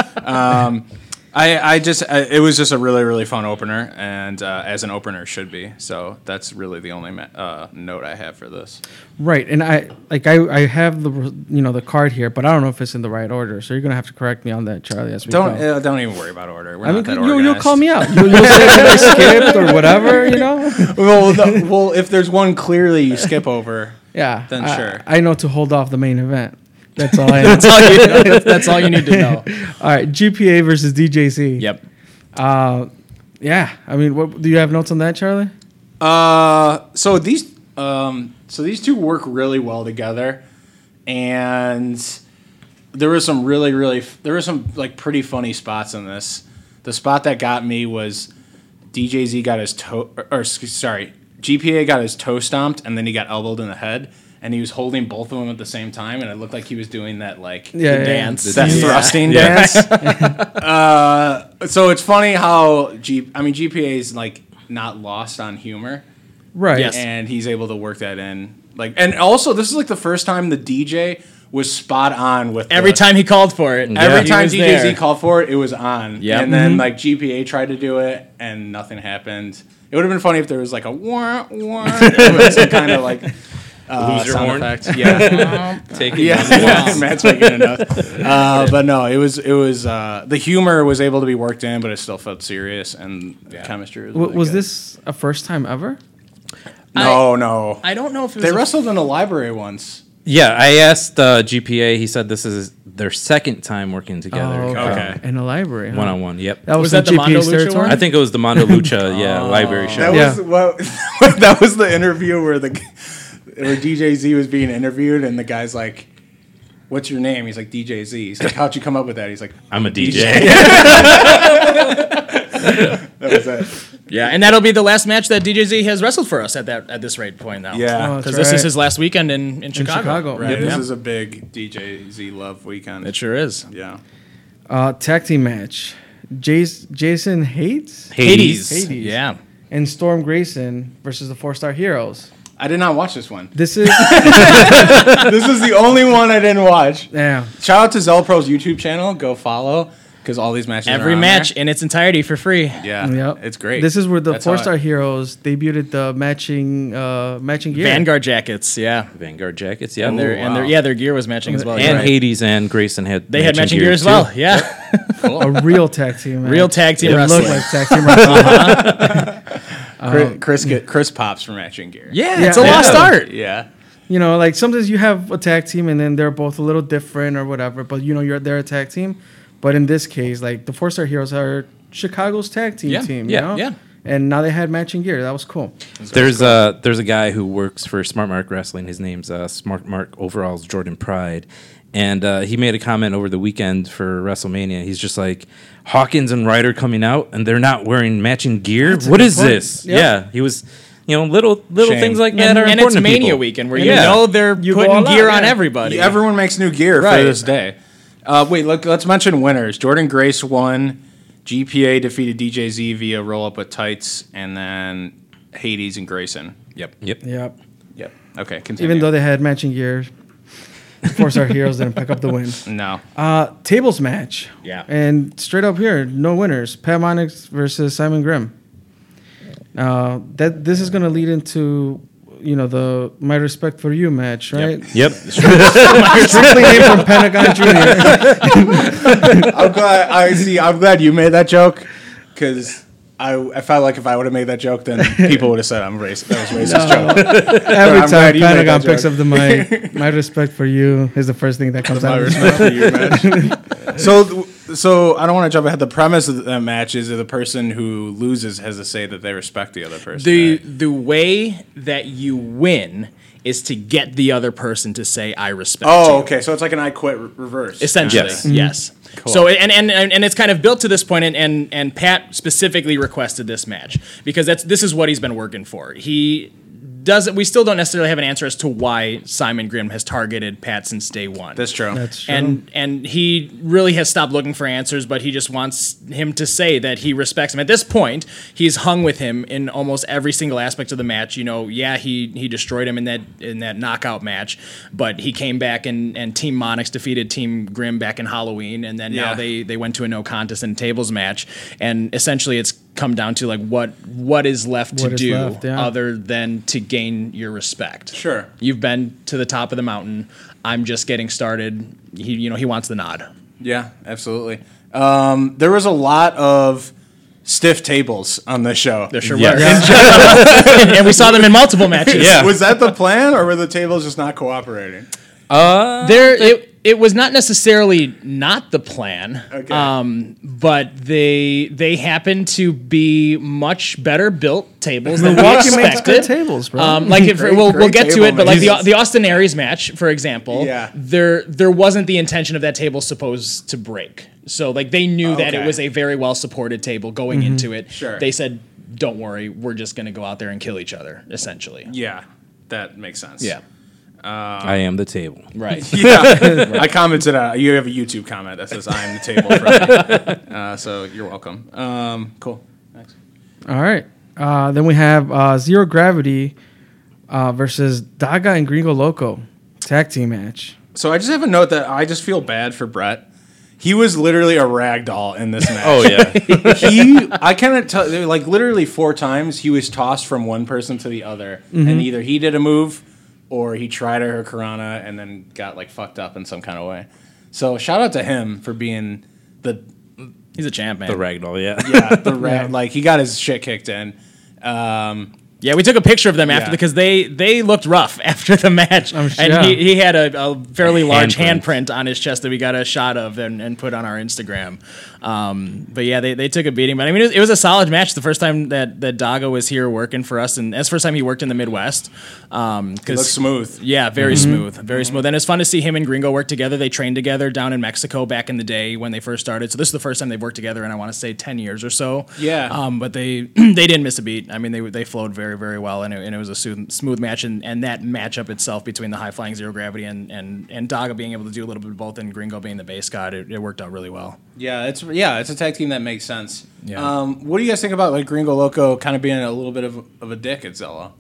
S2: Um, I I just I, it was just a really really fun opener and uh, as an opener should be. So that's really the only ma- uh, note I have for this.
S4: Right, and I like I, I have the you know the card here, but I don't know if it's in the right order. So you're gonna have to correct me on that, Charlie. As we
S2: Don't
S4: go.
S2: uh, don't even worry about order. We're
S4: I mean,
S2: not that
S4: you, you'll
S2: organized.
S4: call me out. You'll, you'll say that I skipped or whatever. You know.
S2: well, the, well, if there's one clearly you skip over,
S4: Yeah.
S2: Then
S4: I-
S2: sure.
S4: I know to hold off the main event. That's all I know.
S5: That's all, you, that's, that's all you need to know.
S4: all right, GPA versus DJC.
S5: Yep.
S4: Uh, Yeah. I mean, what, do you have notes on that, Charlie?
S2: Uh, so these um, so these two work really well together, and there were some really really there were some like pretty funny spots in this. The spot that got me was DJZ got his toe or, or, excuse- sorry GPA got his toe stomped and then he got elbowed in the head. And he was holding both of them at the same time, and it looked like he was doing that like
S4: Yeah, yeah,
S5: dance.
S2: that thrusting dance. uh, so it's funny how G. I mean, GPA is like not lost on humor,
S4: right.
S5: Yes.
S2: and he's able to work that in. Like, and also this is like the first time the DJ was spot on with
S5: Every
S2: the-
S5: time he called for it.
S2: Every
S5: he
S2: time
S5: was
S2: DJZ
S5: there.
S2: called for it, it was on.
S5: Yep.
S2: and then like GPA tried to do it, and nothing happened. It would have been funny if there was like a war, war, some kind of like uh,
S3: Loser
S2: sound
S3: horn?
S2: effect. Yeah,
S3: Take it.
S2: yeah. Matt's making enough. Uh, but no, it was it was uh, the humor was able to be worked in, but it still felt serious and the chemistry was.
S4: W-
S2: really
S4: was
S2: good.
S4: this a first time ever?
S2: No, no.
S5: I don't know if it was
S2: they
S5: a-
S2: wrestled in a library once.
S3: Yeah, I asked uh, GPA. He said this is their second time working together.
S2: Okay.
S4: In a library. huh?
S3: One on one. Yep.
S4: Oh, That
S5: Was
S4: was, in
S5: that the Mondo
S4: GPA's
S5: Lucha
S4: territory?
S5: one?
S3: I think it was the Mondo Lucha, yeah, library show.
S2: That
S4: Yeah.
S2: was what, that was the interview where the where DJ Z was being interviewed and the guy's like, "What's your name?" He's like DJ Z. He's like, "How'd you come up with that?" He's like,
S3: I'm a DJ.
S2: "That was it."
S5: Yeah, and that'll be the last match that DJZ has wrestled for us at that at this rate point now.
S2: Yeah.
S4: Oh,
S5: because
S4: that's
S5: this is
S4: right.
S5: his last weekend in, in Chicago.
S4: Chicago.
S5: right?
S4: Yeah,
S2: This
S5: Yeah.
S2: is a big DJ Z love weekend.
S5: it sure is.
S2: yeah.
S4: Uh, tag team match. Jace, Jason Hates
S3: Hades.
S4: Hades.
S5: Yeah.
S4: and Storm Grayson versus the Four Star Heroes.
S2: I did not watch this one.
S4: This is
S2: this is the only one I didn't watch.
S4: yeah.
S2: Shout out to Zell Pro's YouTube channel. Go follow because all these matches.
S5: Every
S2: are on
S5: match
S2: there.
S5: in its entirety for free.
S2: Yeah.
S4: Yep.
S2: It's great.
S4: This is where the
S2: That's how
S4: Four Star
S2: I-
S4: Heroes debuted the matching uh, matching gear.
S5: Vanguard jackets, yeah.
S3: Vanguard jackets. Yeah.
S5: And their and their
S2: wow.
S5: yeah, their gear was matching as well.
S3: and
S5: you're right.
S3: Hades and Grayson had
S5: They had matching gear, as
S3: too.
S5: well. Yeah.
S4: A real tag team. man.
S5: Real tag team
S4: It
S5: wrestling.
S4: looked like tag team wrestling.
S2: Chris, Chris, get, Chris pops for matching gear.
S5: yeah,
S4: Yeah.
S5: it's a
S4: Yeah.
S5: lost art.
S2: Yeah.
S4: you know, like sometimes you have a tag team and then they're both a little different or whatever, but you know you're they're a tag team. But in this case, like the Four Star Heroes are Chicago's tag team
S5: Yeah,
S4: team.
S3: yeah,
S4: You know?
S5: yeah.
S4: And now they had matching gear. That was cool.
S3: There's a there's a guy who works for Smart Mark Wrestling. His name's uh, Smart Mark Overalls Jordan Pride, and uh, he made a comment over the weekend for WrestleMania. He's just like Hawkins and Ryder coming out, and they're not wearing matching gear.
S4: That's
S3: What is
S4: important.
S3: this?
S4: Yeah.
S3: Yeah, he was, you know, little little
S2: Shame.
S3: things like that
S5: And,
S3: are
S5: and it's
S3: important to
S5: Mania
S3: people.
S5: weekend where
S3: Yeah.
S5: you know they're
S4: You go
S5: putting
S4: all out,
S5: gear on
S4: yeah.
S5: everybody.
S2: Yeah, Everyone makes new gear
S5: Right.
S2: for this day. Uh, wait, look, let's mention winners. Jordan Grace won. GPA defeated DJZ via roll up with tights, and then Hades and Grayson. Yep.
S3: Yep.
S4: Yep.
S2: Yep. Okay. Continue.
S4: Even though they had matching gear, the Four Star Heroes didn't pick up the win.
S2: no,
S4: Uh, tables match.
S5: Yeah.
S4: And straight up here, no winners. Pat Monix versus Simon Grimm. Uh, that this is gonna lead into you know the my respect for you match, right?
S3: Yep.
S4: Strictly named from Pentagon Junior.
S2: I'm glad. I see. I'm glad you made that joke because I, I felt like if I would have made that joke, then people would have said I'm racist. That was a racist joke.
S4: Every
S2: I'm
S4: time
S2: glad you made
S4: Pentagon
S2: that
S4: picks
S2: joke.
S4: up the mic, my respect for you is the first thing that comes
S2: My
S4: out. of his mouth.
S2: respect for you, man. so, so I don't want to jump ahead. The premise of that match is that the person who loses has to say that they respect the other person.
S5: The
S2: right?
S5: the way that you win is to get the other person to say I respect you.
S2: Oh, okay. So it's like an I quit re- reverse.
S5: Essentially,
S3: Yes.
S5: yes.
S2: Mm-hmm.
S5: So and, and and and it's kind of built to this point, and and and Pat specifically requested this match because that's this is what he's been working for. He doesn't. We still don't necessarily have an answer as to why Simon Grimm has targeted Pat since day one.
S2: That's true.
S4: That's true.
S5: and and he really has stopped looking for answers, but he just wants him to say that he respects him. At this point, he's hung with him in almost every single aspect of the match. You know, yeah, he he destroyed him in that in that knockout match, but he came back and and Team Monix defeated Team Grim back in Halloween, and then now
S2: Yeah.
S5: they they went to a no contest and tables match, and essentially it's come down to like what what is left
S4: What
S5: to
S4: is
S5: do
S4: left, yeah.
S5: other than to gain your respect.
S2: Sure.
S5: You've been to the top of the mountain. I'm just getting started. He, you know, he wants the nod.
S2: Yeah, absolutely. Um, there was a lot of stiff tables on this show.
S5: There sure
S3: Yes.
S5: was. and we saw them in multiple matches.
S3: Yeah.
S2: Was that the plan, or were the tables just not cooperating?
S3: Uh,
S5: There, it, it was not necessarily not the plan.
S2: Okay.
S5: Um, but they they happened to be much better built tables than we
S4: Milwaukee makes
S5: expected.
S4: good tables, bro.
S5: Um, like if,
S2: Great-
S5: we'll, we'll
S2: great
S5: get to
S2: table
S5: it, but like the
S2: matches.
S5: the Austin Aries match, for example,
S2: Yeah.
S5: there there wasn't the intention of that table supposed to break. So like they knew that it
S2: Okay.
S5: Mm-hmm. was a very well supported table going into it.
S2: Sure.
S5: They said don't worry, we're just going to go out there and kill each other, essentially.
S2: Yeah, that makes sense.
S5: Yeah.
S3: I am the table.
S5: Right.
S2: Yeah, I commented. Uh, you have a YouTube comment that says "I am the table." Friday." uh, so you're welcome. Um, cool. Thanks.
S4: All right. Uh, then we have uh, Zero Gravity uh, versus Daga and Gringo Loco tag team match.
S2: So I just have a note that I just feel bad for Brett. He was literally a rag doll in this match.
S6: Oh yeah,
S2: he I cannot tell like literally four times he was tossed from one person to the other and either he did a move or he tried a hurricanrana and then got like fucked up in some kind of way. So shout out to him for being the
S5: He's a champ, man.
S3: The ragdoll, yeah.
S2: yeah, the rag like he got his shit kicked in. Um
S5: Yeah, we took a picture of them after
S2: Yeah.
S5: because they they looked rough after the match,
S4: I'm sure.
S5: and he, he had a, a fairly large
S3: Handprint.
S5: handprint on his chest that we got a shot of and, and put on our Instagram. Um, but yeah, they, they took a beating, but I mean it was, it was a solid match. The first time that that Daga was here working for us, and that's the first time he worked in the Midwest. Um,
S2: he looked smooth.
S5: yeah, very smooth, very smooth. And it's fun to see him and Gringo work together. They trained together down in Mexico back in the day when they first started. So this is the first time they've worked together in I want to say ten years or so.
S2: Yeah.
S5: Um, but they they didn't miss a beat. I mean, they they flowed very very well, and it, and it was a smooth, smooth match. And, and that matchup itself between the high flying zero gravity and and and Daga being able to do a little bit of both, and Gringo being the base god, it, it worked out really well.
S2: Yeah, it's yeah, it's a tag team that makes sense.
S5: Yeah.
S2: Um what do you guys think about like Gringo Loco kind of being a little bit of, of a dick at Zella?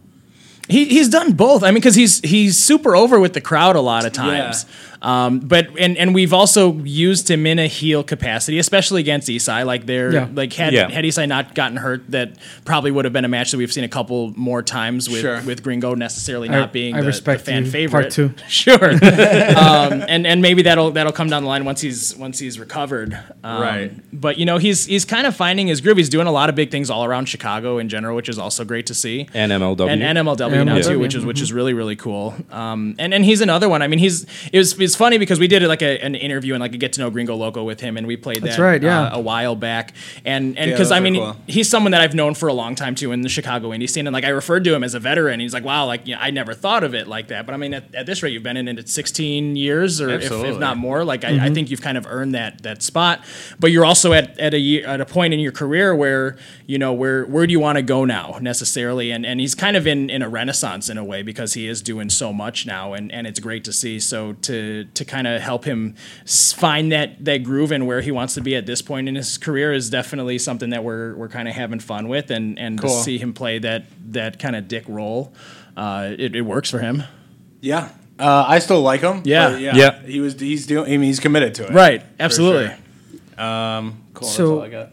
S5: He, he's done both. I mean, because he's he's super over with the crowd a lot of times. Um, but and and we've also used him in a heel capacity, especially against Isai. Like they're
S4: Yeah.
S5: like had
S3: Yeah.
S5: had Isai not gotten hurt, that probably would have been a match that we've seen a couple more times with
S2: Sure.
S5: with Gringo necessarily
S4: I-
S5: not being
S4: I
S5: the, the
S4: respect
S5: fan
S4: you,
S5: favorite.
S4: part two.
S5: sure. um, and and maybe that'll that'll come down the line once he's once he's recovered. Um,
S2: Right.
S5: But you know he's he's kind of finding his groove. He's doing a lot of big things all around Chicago in general, which is also great to see
S3: And MLW.
S5: and and MLW, now
S4: MLW,
S5: too, which is
S4: mm-hmm.
S5: which is really really cool. Um, and and he's another one. I mean, he's it was it's funny because we did like a, an interview and like a get to know Gringo Loco with him, and we played
S4: That's
S5: that
S4: right, yeah.
S5: uh, a while back. And and
S2: Yeah,
S5: because
S2: those
S5: I
S2: are
S5: mean,
S2: cool.
S5: he's someone that I've known for a long time too in the Chicago indie scene, and like I referred to him as a veteran. He's like, wow, like you know, I never thought of it like that. But I mean, at, at this rate, you've been in it 16 years or if, if
S2: Absolutely.
S5: not more. Like I, I
S4: Mm-hmm.
S5: think you've kind of earned that that spot. But you're also at at a ye- at a point in your career where you know where where do you want to go now necessarily? And and he's kind of in in a renaissance in a way because he is doing so much now, and and it's great to see. So to to kind of help him s- find that that groove and where he wants to be at this point in his career is definitely something that we're we're kind of having fun with, and and to
S2: Cool.
S5: see him play that that kind of dick role, uh, it, it works for him.
S2: Yeah. Uh, I still like him.
S5: Yeah.
S2: but
S3: Yeah.
S2: He was he's doing I mean he's committed to it.
S5: Right,
S2: For
S5: absolutely.
S2: sure. Um cool, that's
S4: So-
S2: all I got.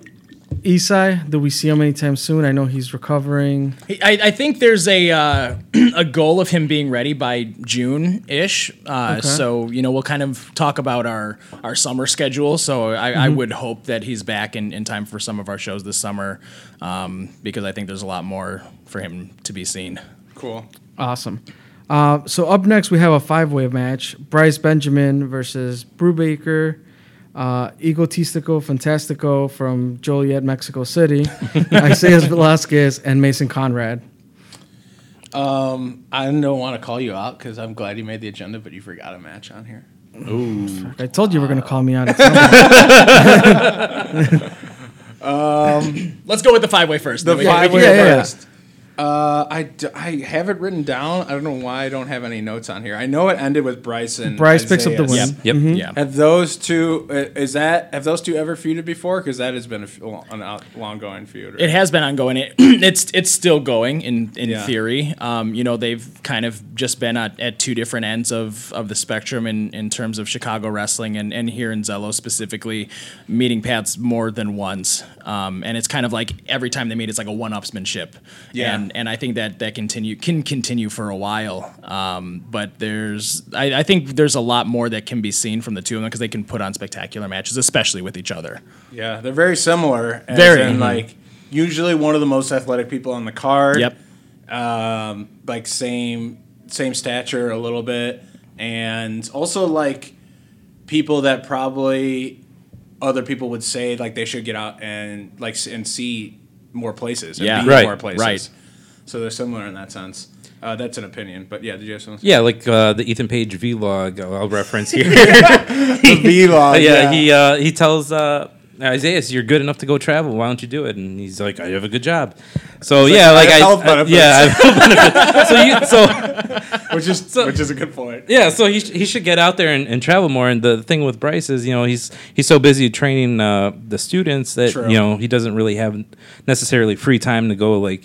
S4: Isai, do we see him anytime soon? I know he's recovering.
S5: I, I think there's a uh, a goal of him being ready by June ish. Uh,
S4: Okay.
S5: So you know we'll kind of talk about our our summer schedule. So I,
S2: Mm-hmm.
S5: I would hope that he's back in, in time for some of our shows this summer um, because I think there's a lot more for him to be seen.
S2: Cool.
S4: Awesome. Uh, so up next we have a five-way match: Bryce Benjamin versus Brubaker, uh, Egotistico Fantastico from Joliet, Mexico City, Isaias Velasquez, and Mason Conrad.
S2: I don't want to call you out because I'm glad you made the agenda, but you forgot a match on here.
S4: I told you we're gonna call me out.
S5: Let's go with the five way first.
S2: The
S5: then we can-
S2: five
S4: yeah,
S2: way
S4: yeah.
S2: first. Uh, I, d- I have it written down. I don't know why I don't have any notes on here. I know it ended with Bryson.
S4: Bryce picks up the win.
S2: Mm-hmm.
S5: Yep.
S3: Mhm.
S5: Yeah.
S2: Have those two? uh, Is that have those two ever feuded before? Because that has been a f- an out, long going feud. right?
S5: It has been ongoing. It, it's it's still going in in
S2: Yeah.
S5: theory. Um, you know, they've kind of just been at, at two different ends of, of the spectrum in, in terms of Chicago wrestling and, and here in Zello specifically, meeting Pats more than once. Um, and it's kind of like every time they meet, it's like a one upsmanship.
S2: Yeah.
S5: And and I think that that continue can continue for a while. Um, but there's I, I think there's a lot more that can be seen from the two of them because they can put on spectacular matches, especially with each other.
S2: Yeah, they're very similar. as
S5: Very.
S2: in,
S5: Mhm.
S2: like usually one of the most athletic people on the card.
S5: Yep.
S2: um, like same same stature a little bit, and also like people that probably other people would say like they should get out and like s- and see more places. And
S5: Yeah.
S2: be
S3: Right,
S2: More places.
S5: right.
S2: So they're similar in that sense. Uh, that's an opinion, but yeah. Did you have something?
S3: yeah, like uh, the Ethan Page vlog I'll reference here.
S2: The vlog.
S3: yeah, he uh, he tells uh, Isaiah, you're good enough to go travel. Why don't you do it? And he's like, I have a good job. So yeah, like
S2: have
S3: I,
S2: health
S3: I-
S2: benefits.
S3: yeah, I have health benefits. so you, so
S2: which is which is a good point.
S3: yeah, so he, sh- he should get out there and, and travel more. And the thing with Bryce is, you know, he's he's so busy training uh, the students that
S2: True.
S3: you know he doesn't really have necessarily free time to go like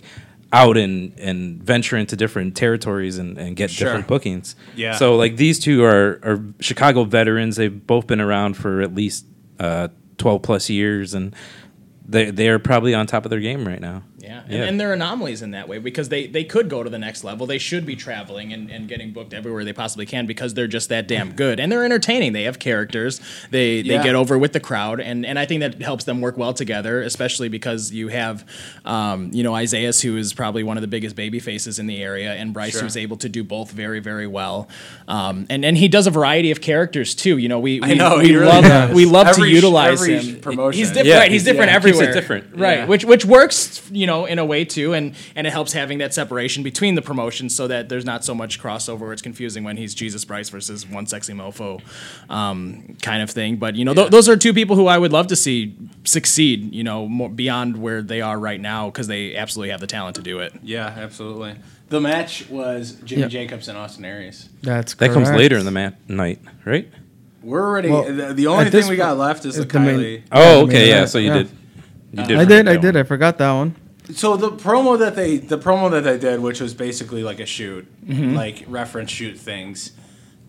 S3: out and, and venture into different territories and, and get
S2: Sure.
S3: different bookings.
S2: Yeah.
S3: So like these two are are Chicago veterans. They've both been around for at least uh, twelve plus years, and they they are probably on top of their game right now.
S5: Yeah. And, and they're anomalies in that way because they, they could go to the next level. They should be traveling and, and getting booked everywhere they possibly can because they're just that damn good. And they're entertaining. They have characters. They they
S2: Yeah.
S5: get over with the crowd. And, and I think that helps them work well together, especially because you have, um, you know, Isaiah, who is probably one of the biggest baby faces in the area, and Bryce,
S2: Sure.
S5: who's able to do both very, very well. Um, and, and he does a variety of characters, too. You know, we, we,
S2: I know,
S5: we
S2: he really
S5: love,
S2: does.
S5: we love
S2: Every
S5: to
S2: sh-
S5: utilize
S2: every
S5: him.
S2: promotion.
S5: He's different.
S3: Yeah,
S5: right, he's
S3: he's-
S5: different
S3: yeah, keeps it
S5: everywhere.
S3: different,
S5: Right.
S3: yeah.
S5: Which which which works, you know, in a way too, and and it helps having that separation between the promotions so that there's not so much crossover. where It's confusing when he's Jesus Christ versus one sexy mofo, um, kind of thing. But you know, th- those are two people who I would love to see succeed. You know, more beyond where they are right now because they absolutely have the talent to do it.
S2: Yeah, absolutely. The match was Jimmy
S4: Yeah.
S2: Jacobs and Austin Aries.
S4: That's
S3: That comes
S4: correct.
S3: later in the ma- night, right?
S2: We're already
S4: Well,
S2: the, the only
S4: at
S2: thing
S4: this
S2: we got
S4: point,
S2: left is the
S4: the main-
S2: Kylie.
S3: Oh,
S4: I
S3: okay,
S4: mean,
S3: yeah.
S4: uh,
S3: So you
S4: yeah. Uh-huh.
S3: did. You did
S4: I did. I
S3: forget that one.
S4: did. I forgot that one.
S2: So the promo that they the promo that they did, which was basically like a shoot,
S4: Mm-hmm.
S2: like reference shoot things.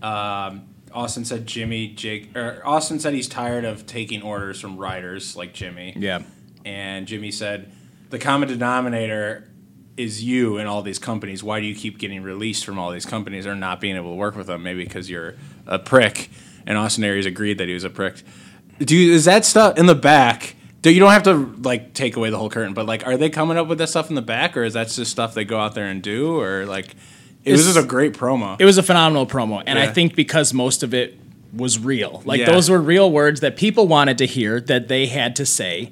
S2: Um, Austin said Jimmy Jake or Austin said he's tired of taking orders from riders like Jimmy.
S5: Yeah.
S2: And Jimmy said the common denominator is you and all these companies. Why do you keep getting released from all these companies or not being able to work with them? Maybe because you're a prick. And Austin Aries agreed that he was a prick. Do you, is that stuff in the back? Do you don't have to like take away the whole curtain, but like, are they coming up with that stuff in the back, or is that just stuff they go out there and do, or like, it was
S5: It's-
S2: just a great promo.
S5: It was a phenomenal promo, and I
S2: Yeah.
S5: think because most of it was real. Like
S2: Yeah.
S5: those were real words that people wanted to hear that they had to say,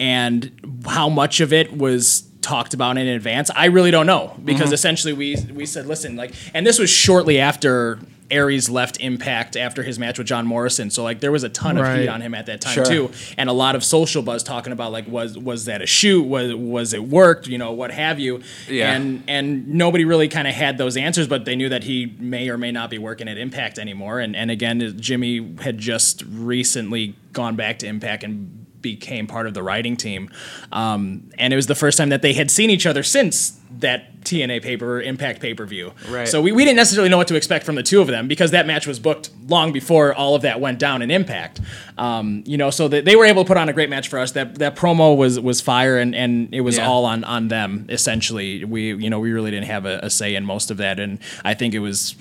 S5: and how much of it was talked about in advance, I really don't know because
S2: Mm-hmm.
S5: essentially we we said, listen, like, and this was shortly after. Aries left Impact after his match with John Morrison, so like there was a ton of heat
S4: Right.
S5: on him at that time
S2: Sure.
S5: too, and a lot of social buzz talking about like was was that a shoot, was was it worked, you know, what have you,
S2: Yeah.
S5: and and nobody really kind of had those answers, but they knew that he may or may not be working at Impact anymore. And and again, uh, Jimmy had just recently gone back to Impact and became part of the writing team, um, and it was the first time that they had seen each other since that TNA paper Impact pay per view.
S2: Right.
S5: So we, we didn't necessarily know what to expect from the two of them because that match was booked long before all of that went down in Impact. Um, you know, so that they were able to put on a great match for us. That that promo was was fire, and and it was
S2: Yeah.
S5: all on on them essentially. We you know we really didn't have a, a say in most of that, and I think it was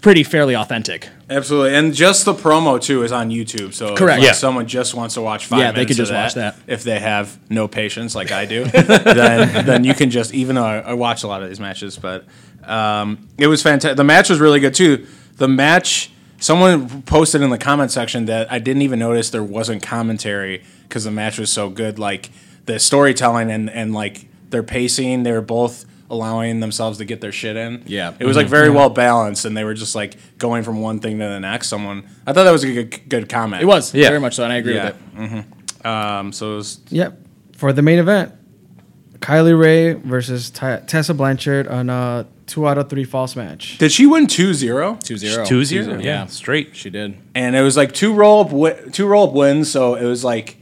S5: pretty fairly authentic.
S2: Absolutely, and just the promo too is on YouTube. So if,
S5: Correct.
S2: like,
S5: Yeah.
S2: someone just wants to watch five.
S5: Yeah, they
S2: minutes
S5: could just
S2: of
S5: watch that.
S2: if they have no patience, like I do. then then you can just even though I, I watch a lot of these matches, but um, it was fantastic. The match was really good too. The match. Someone posted in the comment section that I didn't even notice there wasn't commentary because the match was so good. Like the storytelling and and like their pacing, they were both allowing themselves to get their shit in.
S5: Yeah.
S2: it was like very well balanced, and they were just like going from one thing to the next. Someone, I thought that was a good, good comment.
S5: It was
S3: Yeah.
S5: very much so, and I agree
S2: yeah.
S5: with it.
S2: Mhm. Um, so it was
S4: Yep. For the main event, Kylie Ray versus Ty- Tessa Blanchard on a two out of three false match.
S2: Did she win 2-0?
S5: Oh, Two zero.
S3: Two zero.
S5: Yeah.
S3: Yeah, straight.
S5: She did.
S2: And it was like two roll up wi- two roll up wins, so it was like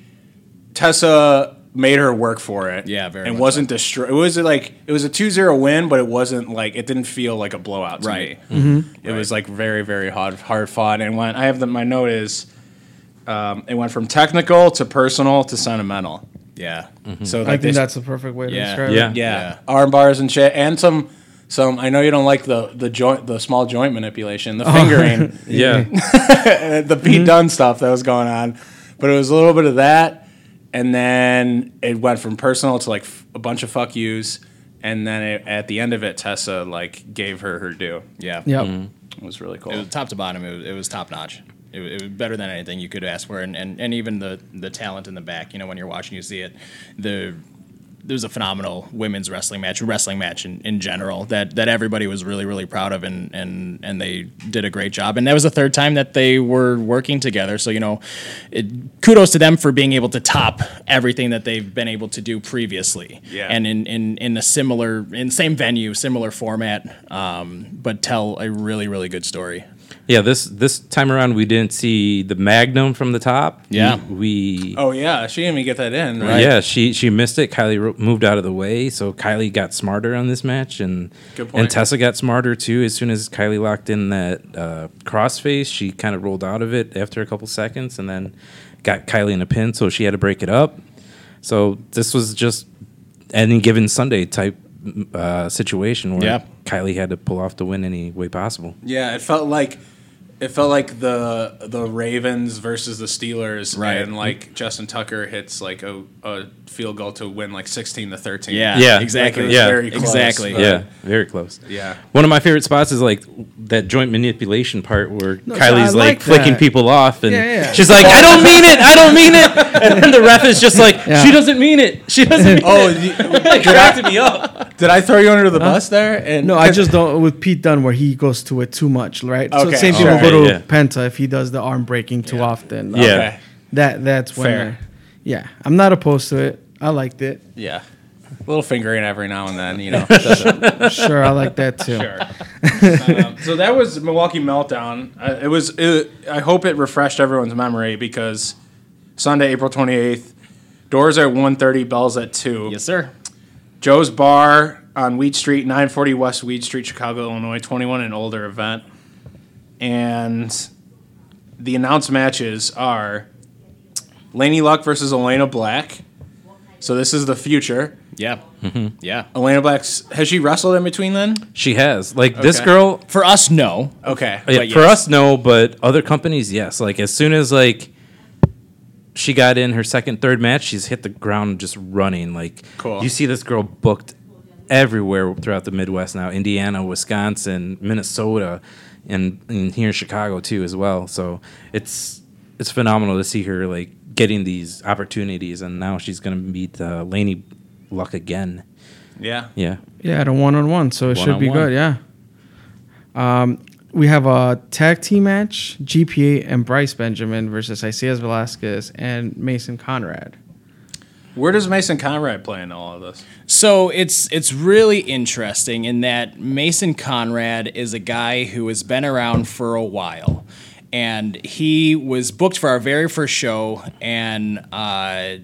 S2: Tessa made her work for it.
S5: Yeah, very
S2: And
S5: much
S2: wasn't destroyed. It was like it was a 2-0 win, but it wasn't like it didn't feel like a blowout to
S5: Right.
S2: me.
S4: Mm-hmm.
S2: It was like very very hard hard fought and when I have the, my note is um, it went from technical to personal to sentimental.
S5: Yeah.
S2: So like
S4: I
S2: they
S4: think that's the perfect way to
S5: Yeah.
S4: describe
S3: Yeah.
S4: it.
S2: Yeah, arm bars and shit, and some some. I know you don't like the the joint, the small joint manipulation, the fingering,
S3: Yeah.
S2: and the Pete Dunne stuff that was going on, but it was a little bit of that, and then it went from personal to like f- a bunch of fuck yous, and then it, at the end of it, Tessa like gave her her due.
S5: Yeah.
S4: Yep.
S3: Mm-hmm.
S2: It was really
S5: It
S2: cool.
S5: was top to bottom. It was, it was top notch. It, wa- it was better than anything you could ask for, and, and, and even the, the talent in the back. You know, when you're watching, you see it. The it was a phenomenal women's wrestling match, wrestling match in, in general that that everybody was really really proud of, and and and they did a great job. And that was the third time that they were working together. So you know, it, kudos to them for being able to top everything that they've been able to do previously.
S2: Yeah.
S5: And in in in a similar in same venue, similar format, um, but tell a really really good story.
S3: Yeah, this this time around we didn't see the Magnum from the top.
S5: Yeah.
S3: we.
S2: Oh yeah, she didn't even get that in. Right?
S3: Yeah, she she missed it. Kylie ro- moved out of the way, so Kylie got smarter on this match, and
S2: Good point.
S3: and Tessa got smarter too. As soon as Kylie locked in that uh, crossface, she kind of rolled out of it after a couple seconds, and then got Kylie in a pin, so she had to break it up. So this was just any given Sunday type uh, situation where
S5: Yeah.
S3: Kylie had to pull off the win any way possible.
S2: Yeah, it felt like it felt like the the Ravens versus the Steelers,
S5: Right.
S2: And like Justin Tucker hits like a, a field goal to win like sixteen to thirteen.
S5: Yeah.
S3: Yeah,
S5: Exactly.
S2: Like, it was
S3: yeah,
S2: very close,
S5: exactly.
S2: but-
S3: yeah, very close.
S2: Yeah.
S3: One of my favorite spots is like that joint manipulation part where
S4: No, so I
S3: Kylie's like,
S4: like
S3: flicking
S4: that.
S3: people off, and
S4: Yeah, yeah.
S3: she's like, "I don't mean it, I don't mean it," and then the ref is just like,
S4: Yeah.
S3: "She doesn't mean it, she doesn't." Mean
S2: Oh,
S3: it.
S2: you-
S3: Like, wrapped me up.
S2: did I throw you under the bus there? And
S4: No, I just don't with Pete Dunne where he goes to it too much, right? so
S2: Okay,
S4: same thing
S2: sure.
S4: will go to
S3: Yeah.
S4: Penta if he does the arm breaking too often. Um,
S3: Yeah.
S2: Okay.
S4: That that's when
S2: Fair.
S4: I- yeah. I'm not opposed to it. I liked it.
S2: Yeah. A little fingering every now and then, you know. doesn't-
S4: Sure, I like that too.
S2: um, so that was Milwaukee Meltdown. Uh, it was. It, I hope it refreshed everyone's memory because Sunday, April twenty eighth, doors at 1.30, bells at two.
S5: Yes, sir.
S2: Joe's Bar on Weed Street, 940 West Weed Street, Chicago, Illinois, 21 and older event. And the announced matches are Laney Luck versus Elena Black. So this is the future.
S5: Yeah.
S2: Mm-hmm.
S5: Yeah.
S2: Elena Black's has she wrestled in between then?
S3: She has like this
S2: Okay.
S3: girl.
S5: For us, no.
S2: Okay.
S3: Oh, yeah,
S5: But
S3: For
S5: yes.
S3: us, no, but other companies, yes. Like as soon as like she got in her second, third match, she's hit the ground just running. Like
S2: Cool.
S3: you see this girl booked everywhere throughout the Midwest now: Indiana, Wisconsin, Minnesota, and, and here in Chicago too as well. So it's it's phenomenal to see her like getting these opportunities, and now she's gonna meet uh, Laney Luck again.
S2: Yeah.
S3: Yeah,
S4: Yeah, the one on one, so it should be
S3: One-on-one.
S4: good. Yeah. Um, we have a tag team match: GPA and Bryce Benjamin versus Isaias Velasquez and Mason Conrad.
S2: Where does Mason Conrad play in all of this?
S5: So it's it's really interesting in that Mason Conrad is a guy who has been around for a while, and he was booked for our very first show and uh,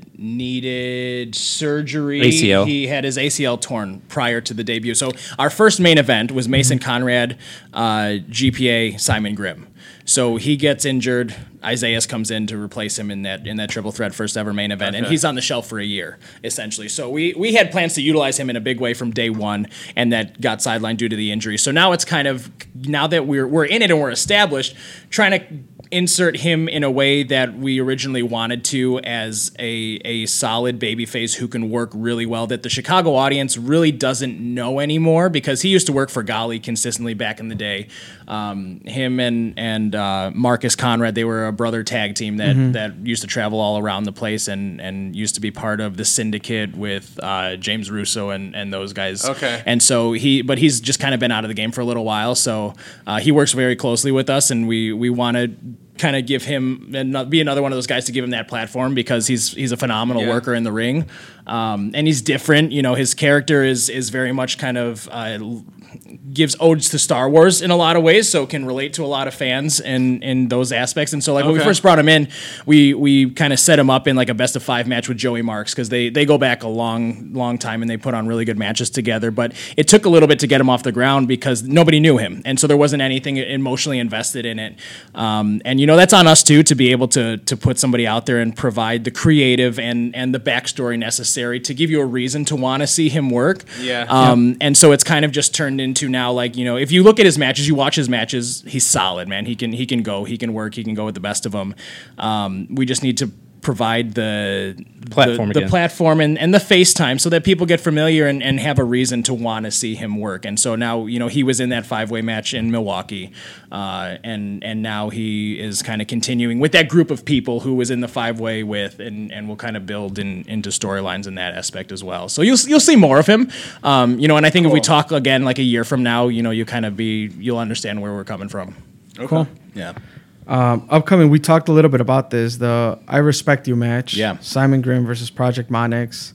S5: needed surgery.
S3: ACL.
S5: He had his ACL torn prior to the debut. So our first main event was Mason Conrad, uh, GPA Simon Grimm. So he gets injured. Isaiah comes in to replace him in that in that triple threat first ever main event, and
S2: Okay.
S5: he's on the shelf for a year essentially. So we we had plans to utilize him in a big way from day one, and that got sidelined due to the injury. So now it's kind of now that we're we're in it and we're established, trying to insert him in a way that we originally wanted to as a a solid babyface who can work really well that the Chicago audience really doesn't know anymore because he used to work for Golly consistently back in the day. Um, him and and uh, Marcus Conrad, they were a brother tag team that that used to travel all around the place and and used to be part of the syndicate with uh, James Russo and and those guys.
S2: Okay.
S5: And so he, but he's just kind of been out of the game for a little while. So uh, he works very closely with us, and we we want to kind of give him and be another one of those guys to give him that platform because he's he's a phenomenal
S2: Yeah.
S5: worker in the ring, um, and he's different. You know, his character is is very much kind of. Uh, l- gives odes to Star Wars in a lot of ways, so can relate to a lot of fans in in those aspects. And so, like when we
S2: Okay.
S5: first brought him in, we we kind of set him up in like a best of five match with Joey Marks because they they go back a long long time and they put on really good matches together. But it took a little bit to get him off the ground because nobody knew him, and so there wasn't anything emotionally invested in it. Um, and you know that's on us too to be able to to put somebody out there and provide the creative and and the backstory necessary to give you a reason to want to see him work.
S2: Yeah.
S5: Um, and so it's kind of just turned into now like you know if you look at his matches, you watch his matches, he's solid, man. He can he can go, he can work, he can go with the best of them. Um, we just need to provide the the-
S3: Platform
S5: the,
S3: again.
S5: platform and, and the FaceTime so that people get familiar and, and have a reason to want to see him work. And so now, you know, he was in that five way match in Milwaukee. Uh, and and now he is kind of continuing with that group of people who was in the five way with and, and will kind of build in, into storylines in that aspect as well. So you'll you'll see more of him. Um, you know, and I think if we talk again like a year from now, you know, you kind of be you'll understand where we're coming from.
S2: Okay. Yeah.
S4: Um, upcoming, we talked a little bit about this. The I Respect You match.
S5: Yeah.
S4: Simon Grimm versus Project Monix.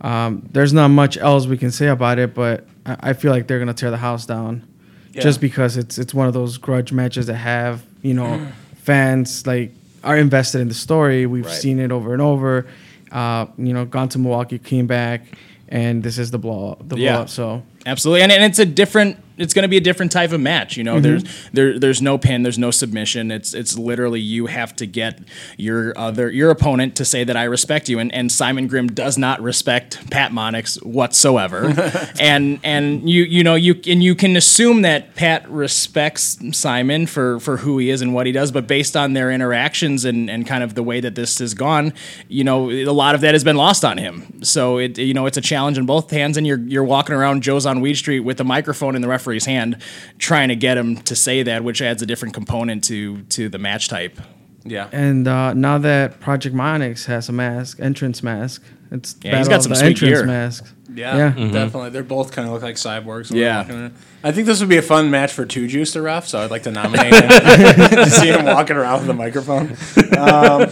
S4: Um, there's not much else we can say about it, but I, I feel like they're gonna tear the house down, just because it's it's one of those grudge matches that have you know fans like are invested in the story. We've
S2: Right.
S4: seen it over and over. Uh, you know, gone to Milwaukee, came back, and this is the blow up. The
S5: Yeah.
S4: blow up. So
S5: Absolutely, and, and it's a different. It's going to be a different type of match. You know, there's there there's no pin, there's no submission. It's it's literally you have to get your other your opponent to say that I respect you, and, and Simon Grimm does not respect Pat Monix whatsoever, and and you you know you and you can assume that Pat respects Simon for for who he is and what he does, but based on their interactions and and kind of the way that this has gone, you know, a lot of that has been lost on him. So it you know it's a challenge in both hands, and you're you're walking around Joe's on Weed Street with a microphone in the referee's hand, trying to get him to say that, which adds a different component to to the match type.
S2: Yeah.
S4: And uh, now that Project Monix has a mask, entrance mask, it's
S5: Yeah, he's
S4: Battle
S5: got
S4: of
S5: some
S4: the
S5: sweet
S4: entrance
S5: gear.
S4: masks.
S2: Yeah,
S4: Mm-hmm.
S2: definitely. They're both kind of look like cyborgs. when they're
S5: Yeah.
S2: walking around. I think this would be a fun match for Two Juice to ref, so I'd like to nominate him to see him walking around with a microphone. Um,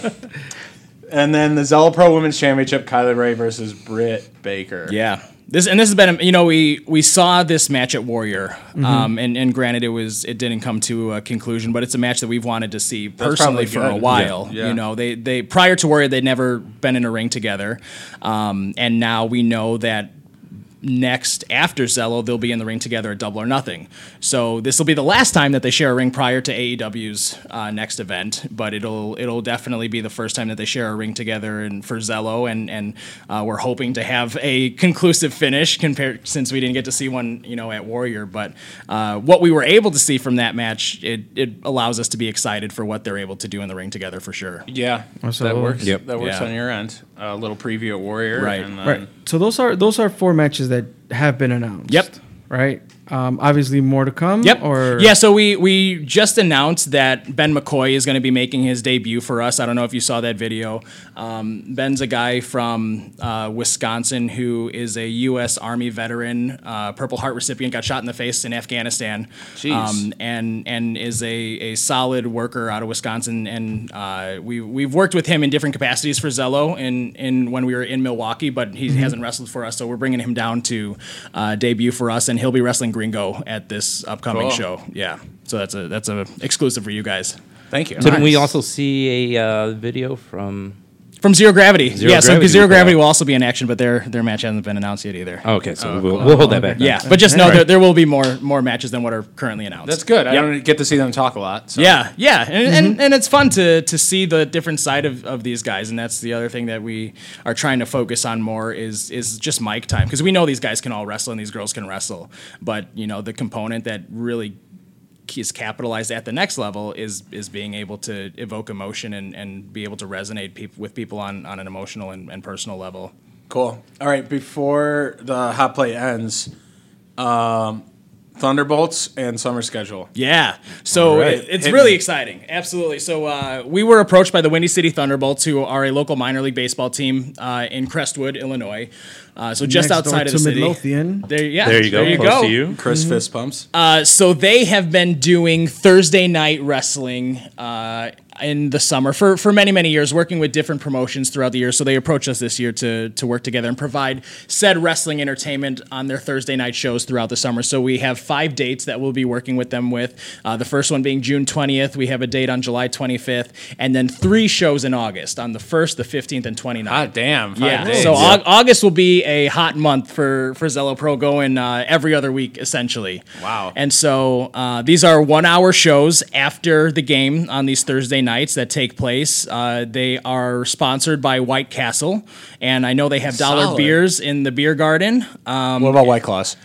S2: and then the Zella Pro Women's Championship, Kyler Ray versus Britt Baker.
S5: Yeah. This and this has been, a- you know, we we saw this match at Warrior,
S2: Mm-hmm.
S5: um, and and granted it was it didn't come to a conclusion, but it's a match that we've wanted to see
S2: probably
S5: personally for a
S2: good.
S5: while.
S2: Yeah.
S5: You
S2: Yeah.
S5: know, they they prior to Warrior they'd never been in a ring together, um, and now we know that next after Zello, they'll be in the ring together at Double or Nothing. So this will be the last time that they share a ring prior to AEW's uh, next event, but it'll it'll definitely be the first time that they share a ring together and for Zello, and and uh, we're hoping to have a conclusive finish compared since we didn't get to see one you know at Warrior, but uh, what we were able to see from that match, it it allows us to be excited for what they're able to do in the ring together for sure.
S2: Yeah, that
S4: Absolutely.
S2: works.
S3: Yep.
S2: That works
S5: Yeah.
S2: on your end. A little preview at Warrior,
S5: Right.
S2: And then,
S4: Right. So those are those are four matches that have been announced.
S5: Yep.
S4: Right. Um, obviously more to come.
S5: Yep.
S4: Or
S5: yeah. So we we just announced that Ben McCoy is going to be making his debut for us. I don't know if you saw that video. Um, Ben's a guy from uh, Wisconsin who is a U.S. Army veteran, uh, Purple Heart recipient, got shot in the face in Afghanistan, um, and and is a a solid worker out of Wisconsin. And uh, we we've worked with him in different capacities for Zello in in when we were in Milwaukee, but he hasn't wrestled for us. So we're bringing him down to uh, debut for us, and he'll be wrestling Gringo at this upcoming
S2: Cool.
S5: show. Yeah, so that's a that's a exclusive for you guys
S2: Thank you.
S3: Didn't we
S4: Nice.
S3: also see a uh, video from?
S5: from Zero Gravity.
S3: Zero
S5: yeah, so
S3: Gravity
S5: because Zero
S3: will be
S5: Gravity
S3: out.
S5: will also be in action, but their their match hasn't been announced yet either.
S3: Oh, okay, so we'll, we'll hold that back. then.
S5: Yeah, but just know there, there will be more more matches than what are currently announced.
S2: That's good. I
S5: Yep.
S2: don't get to see them talk a lot. So.
S5: Yeah, yeah, and, and, and it's fun to to see the different side of, of these guys, and that's the other thing that we are trying to focus on more is is just mic time because we know these guys can all wrestle and these girls can wrestle, but you know the component that really is capitalized at the next level is is being able to evoke emotion and, and be able to resonate peop- with people on, on an emotional and, and personal level.
S2: Cool. All right. Before the hot play ends, um, Thunderbolts and summer schedule.
S5: Yeah. So
S2: right.
S5: it- it's
S2: Hit
S5: really
S2: me.
S5: exciting. Absolutely. So uh, we were approached by the Windy City Thunderbolts, who are a local minor league baseball team uh, in Crestwood, Illinois. Uh, so just
S4: Next
S5: outside
S4: door
S5: of the
S4: to
S5: city.
S4: Midlothian.
S5: There, yeah,
S3: There you go.
S5: There you
S3: close
S5: go.
S3: to you.
S2: Chris fist pumps.
S5: Uh, so they have been doing Thursday night wrestling uh, in the summer for, for many many years, working with different promotions throughout the year. So they approached us this year to to work together and provide said wrestling entertainment on their Thursday night shows throughout the summer. So we have five dates that we'll be working with them with. Uh, the first one being June twentieth. We have a date on July twenty fifth, and then three shows in August on the first, the fifteenth, and 29th.
S2: Ah, damn. five
S5: Yeah.
S2: days.
S5: So Au- August will be a hot month for for Zello Pro, going uh, every other week essentially.
S2: Wow.
S5: And so uh, these are one hour shows after the game on these Thursday nights that take place. Uh, they are sponsored by White Castle, and I know they have dollar
S2: Solid.
S5: beers in the beer garden. Um,
S2: what about White Claws?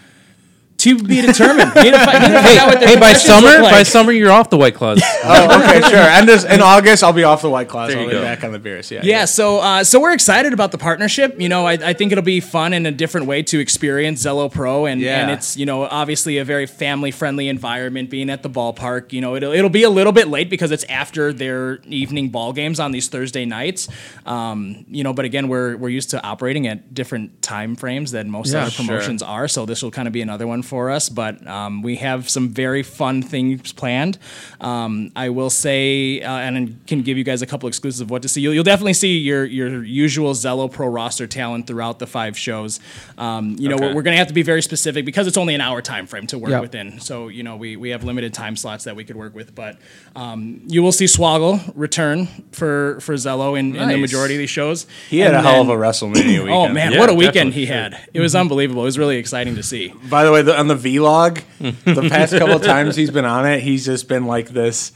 S5: To be determined. He didn't fi- he didn't find out what their
S3: Hey, by
S5: positions look
S3: summer,
S5: like.
S3: by summer, you're off the White Claws.
S2: Oh, okay, sure. And this, in August, I'll be off the White Claws.
S3: There
S2: I'll
S3: you
S2: be
S3: go.
S2: back on the beers. Yeah.
S5: Yeah, so uh, so we're excited about the partnership. You know, I, I think it'll be fun and a different way to experience Zello Pro, and,
S2: Yeah.
S5: and it's you know obviously a very family friendly environment. Being at the ballpark, you know, it'll it'll be a little bit late because it's after their evening ball games on these Thursday nights. Um, you know, but again, we're we're used to operating at different time frames than most
S4: Yeah,
S5: other
S4: sure.
S5: promotions are, so this will kind of be another one for us. But um, we have some very fun things planned. Um, I will say, uh, and I can give you guys a couple exclusives of what to see. You'll, you'll definitely see your your usual Zello Pro roster talent throughout the five shows. Um, you know,
S2: Okay.
S5: we're, we're going to have to be very specific because it's only an hour time frame to work
S4: Yeah.
S5: within. So you know, we we have limited time slots that we could work with. But um, you will see Swoggle return for for Zello in, in the
S2: Nice.
S5: majority of these shows.
S2: He had
S5: And
S2: a hell of a
S5: then-
S2: WrestleMania weekend.
S5: Oh man, what a
S3: Yeah,
S5: weekend he
S3: definitely.
S5: had! It was unbelievable. It was really exciting to see.
S2: By the way, the, on the vlog, the past couple of times he's been on it, he's just been like this.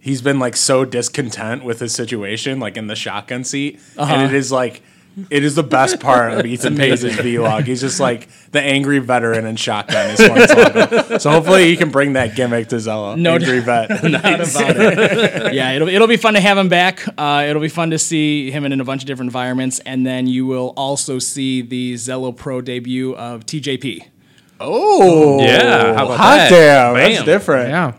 S2: He's been like so discontent with his situation, like in the shotgun seat,
S5: Uh-huh.
S2: and it is like. It is the best part of Ethan Pace's vlog. He's just like the angry veteran in shotgun. Is one song. so hopefully he can bring that gimmick to Zello.
S5: No
S2: angry vet.
S5: yeah, it'll, it'll be fun to have him back. Uh, it'll be fun to see him in a bunch of different environments. And then you will also see the Zello Pro debut of TJP.
S2: Oh
S3: Yeah, how about
S2: hot
S3: that?
S2: damn, that's
S3: Bam.
S2: different.
S4: Yeah.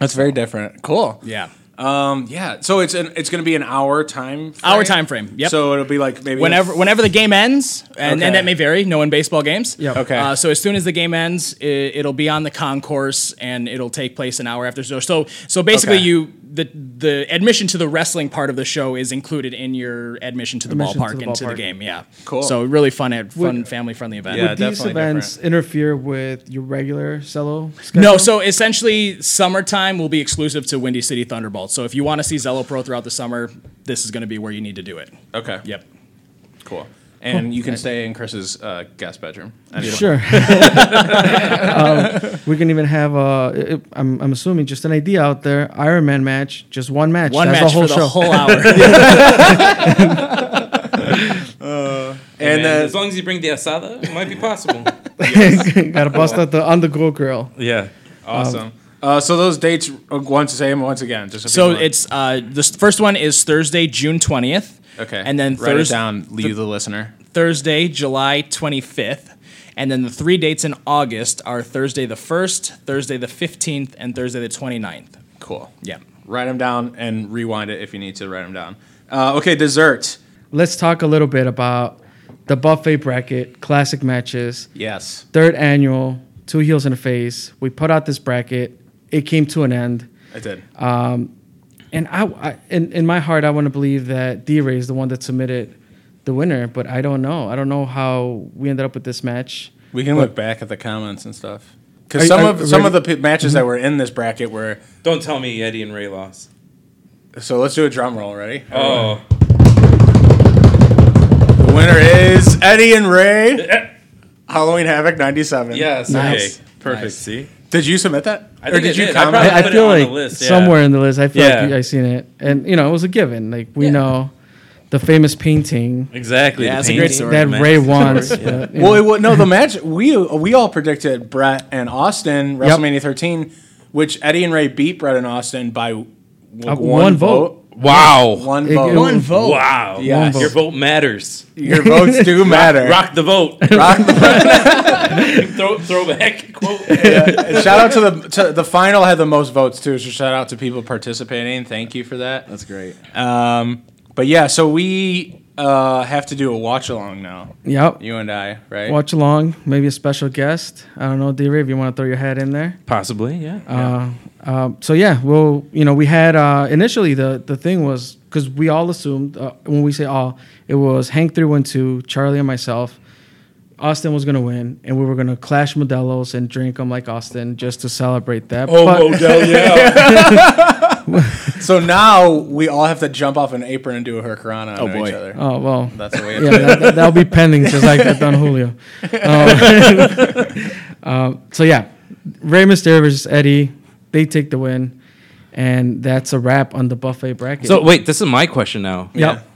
S2: that's very different. Cool.
S5: Yeah.
S2: Um, yeah. So it's an, it's going to be an hour time. Frame.
S5: Hour time frame, yep.
S2: So it'll be like maybe
S5: Whenever, whenever the game ends, and,
S2: Okay.
S5: and that may vary, no in baseball games.
S4: Yep.
S2: Okay.
S5: Uh, so as soon as the game ends, it, it'll be on the concourse, and it'll take place an hour after. So, so, so basically,
S2: Okay.
S5: you the the admission to the wrestling part of the show is included in your admission to the
S4: Admission to
S5: ballpark
S4: the
S5: and to the
S4: ballpark.
S5: game. Yeah,
S2: Cool.
S5: So really fun, at fun,
S4: Would-
S5: family friendly event.
S2: Yeah,
S4: Would these
S2: definitely
S4: events
S2: different.
S4: interfere with your regular cello? Schedule?
S5: No, so essentially, summertime will be exclusive to Windy City Thunderbolts. So if you want to see Zello Pro throughout the summer, this is going to be where you need to do it.
S2: Okay.
S5: Yep.
S2: Cool. And you can stay in Chris's uh, guest bedroom. Anyway.
S4: Sure. um, we can even have uh, i- i- I'm, I'm assuming just an idea out there. Iron Man match, just one match.
S5: One
S4: That's
S5: match
S4: the whole
S5: for
S4: show.
S5: the whole hour.
S2: And then
S3: as long as you bring the asada, it might be possible.
S4: Gotta bust out the on the go grill.
S3: yeah.
S2: awesome. Uh, so those dates uh, once same once again. Just
S5: so
S2: people-
S5: it's uh, the s- first one is Thursday, June twentieth.
S2: okay.
S5: And then
S2: write
S5: Thurs-
S2: it down. Leave the listener.
S5: Thursday, July twenty fifth. And then the three dates in August are Thursday the 1st, Thursday the 15th, and Thursday the 29th.
S2: Cool.
S5: Yeah.
S2: Write them down and rewind it if you need to write them down. Uh, okay, dessert.
S4: Let's talk a little bit about the buffet bracket, classic matches,
S2: Yes.
S4: third annual, two heels in a face. We put out this bracket. It came to an end.
S2: I did.
S4: And I, I in, in my heart, I want to believe that D Ray is the one that submitted the winner, but I don't know. I don't know how we ended up with this match.
S2: we can look back at the comments and stuff.
S4: Are-
S2: Because some
S4: are-
S2: of some
S4: ready-
S2: of the p- matches that were in this bracket were.
S3: Don't tell me Eddie and Ray lost.
S2: So let's do a drum roll. Ready?
S3: Oh,
S2: The winner is Eddie and Ray. Halloween Havoc '97.
S3: yes.
S4: Nice.
S3: Okay. Perfect. See?
S2: Did you submit that?
S3: I think I did. I probably-
S4: I, I
S3: put it
S4: feel
S3: on the
S4: like
S3: list, yeah.
S4: somewhere in the list, I feel like
S3: Yeah.
S4: I seen it, and you know, it was a given. Like we
S5: Yeah.
S4: know the famous painting
S3: Exactly.
S5: Yeah,
S3: the
S5: that's a great
S3: painting.
S5: story.
S4: that
S3: man.
S4: Ray wants. but, you
S2: Well,
S4: know,
S2: it, wa- no, the match we we all predicted Brett and Austin WrestleMania 13, which Eddie and Ray beat Brett and Austin by w-
S4: Uh,
S2: one,
S4: one vote.
S3: Wow.
S2: one
S4: It-
S2: vote.
S4: it was-
S5: One vote.
S3: Wow.
S2: Yes.
S3: Your vote matters.
S2: Your votes do matter.
S3: Rock the vote.
S2: Rock the vote.
S3: Throw, throwback quote.
S2: And shout out to the to the final had the most votes too. So shout out to people participating. Thank you for that. That's
S5: great.
S2: Um, but yeah, so we uh have to do a watch along now.
S4: yep.
S2: You and I, right?
S4: Watch along, maybe a special guest. I don't know, D Ray, if you want to throw your hat in there.
S3: Possibly, yeah.
S4: Um, so yeah, well, you know, we had uh, initially the the thing was because we all assumed uh, when we say all, it was Hank three one two, Charlie and myself. Austin was gonna win, and we were gonna clash Modelo's and drink them like Austin just to celebrate that. But-
S3: yeah.
S2: So now we all have to jump off an apron and do a hurricane on
S5: boy.
S2: each other.
S4: oh well,
S2: That's what we have
S4: yeah,
S2: to do.
S4: that, that'll be pending just like that Don Julio. Um, um, so yeah, Rey Mysterio versus Eddie, they take the win, and that's a wrap on the buffet bracket.
S3: So wait, this is my question now.
S4: yep.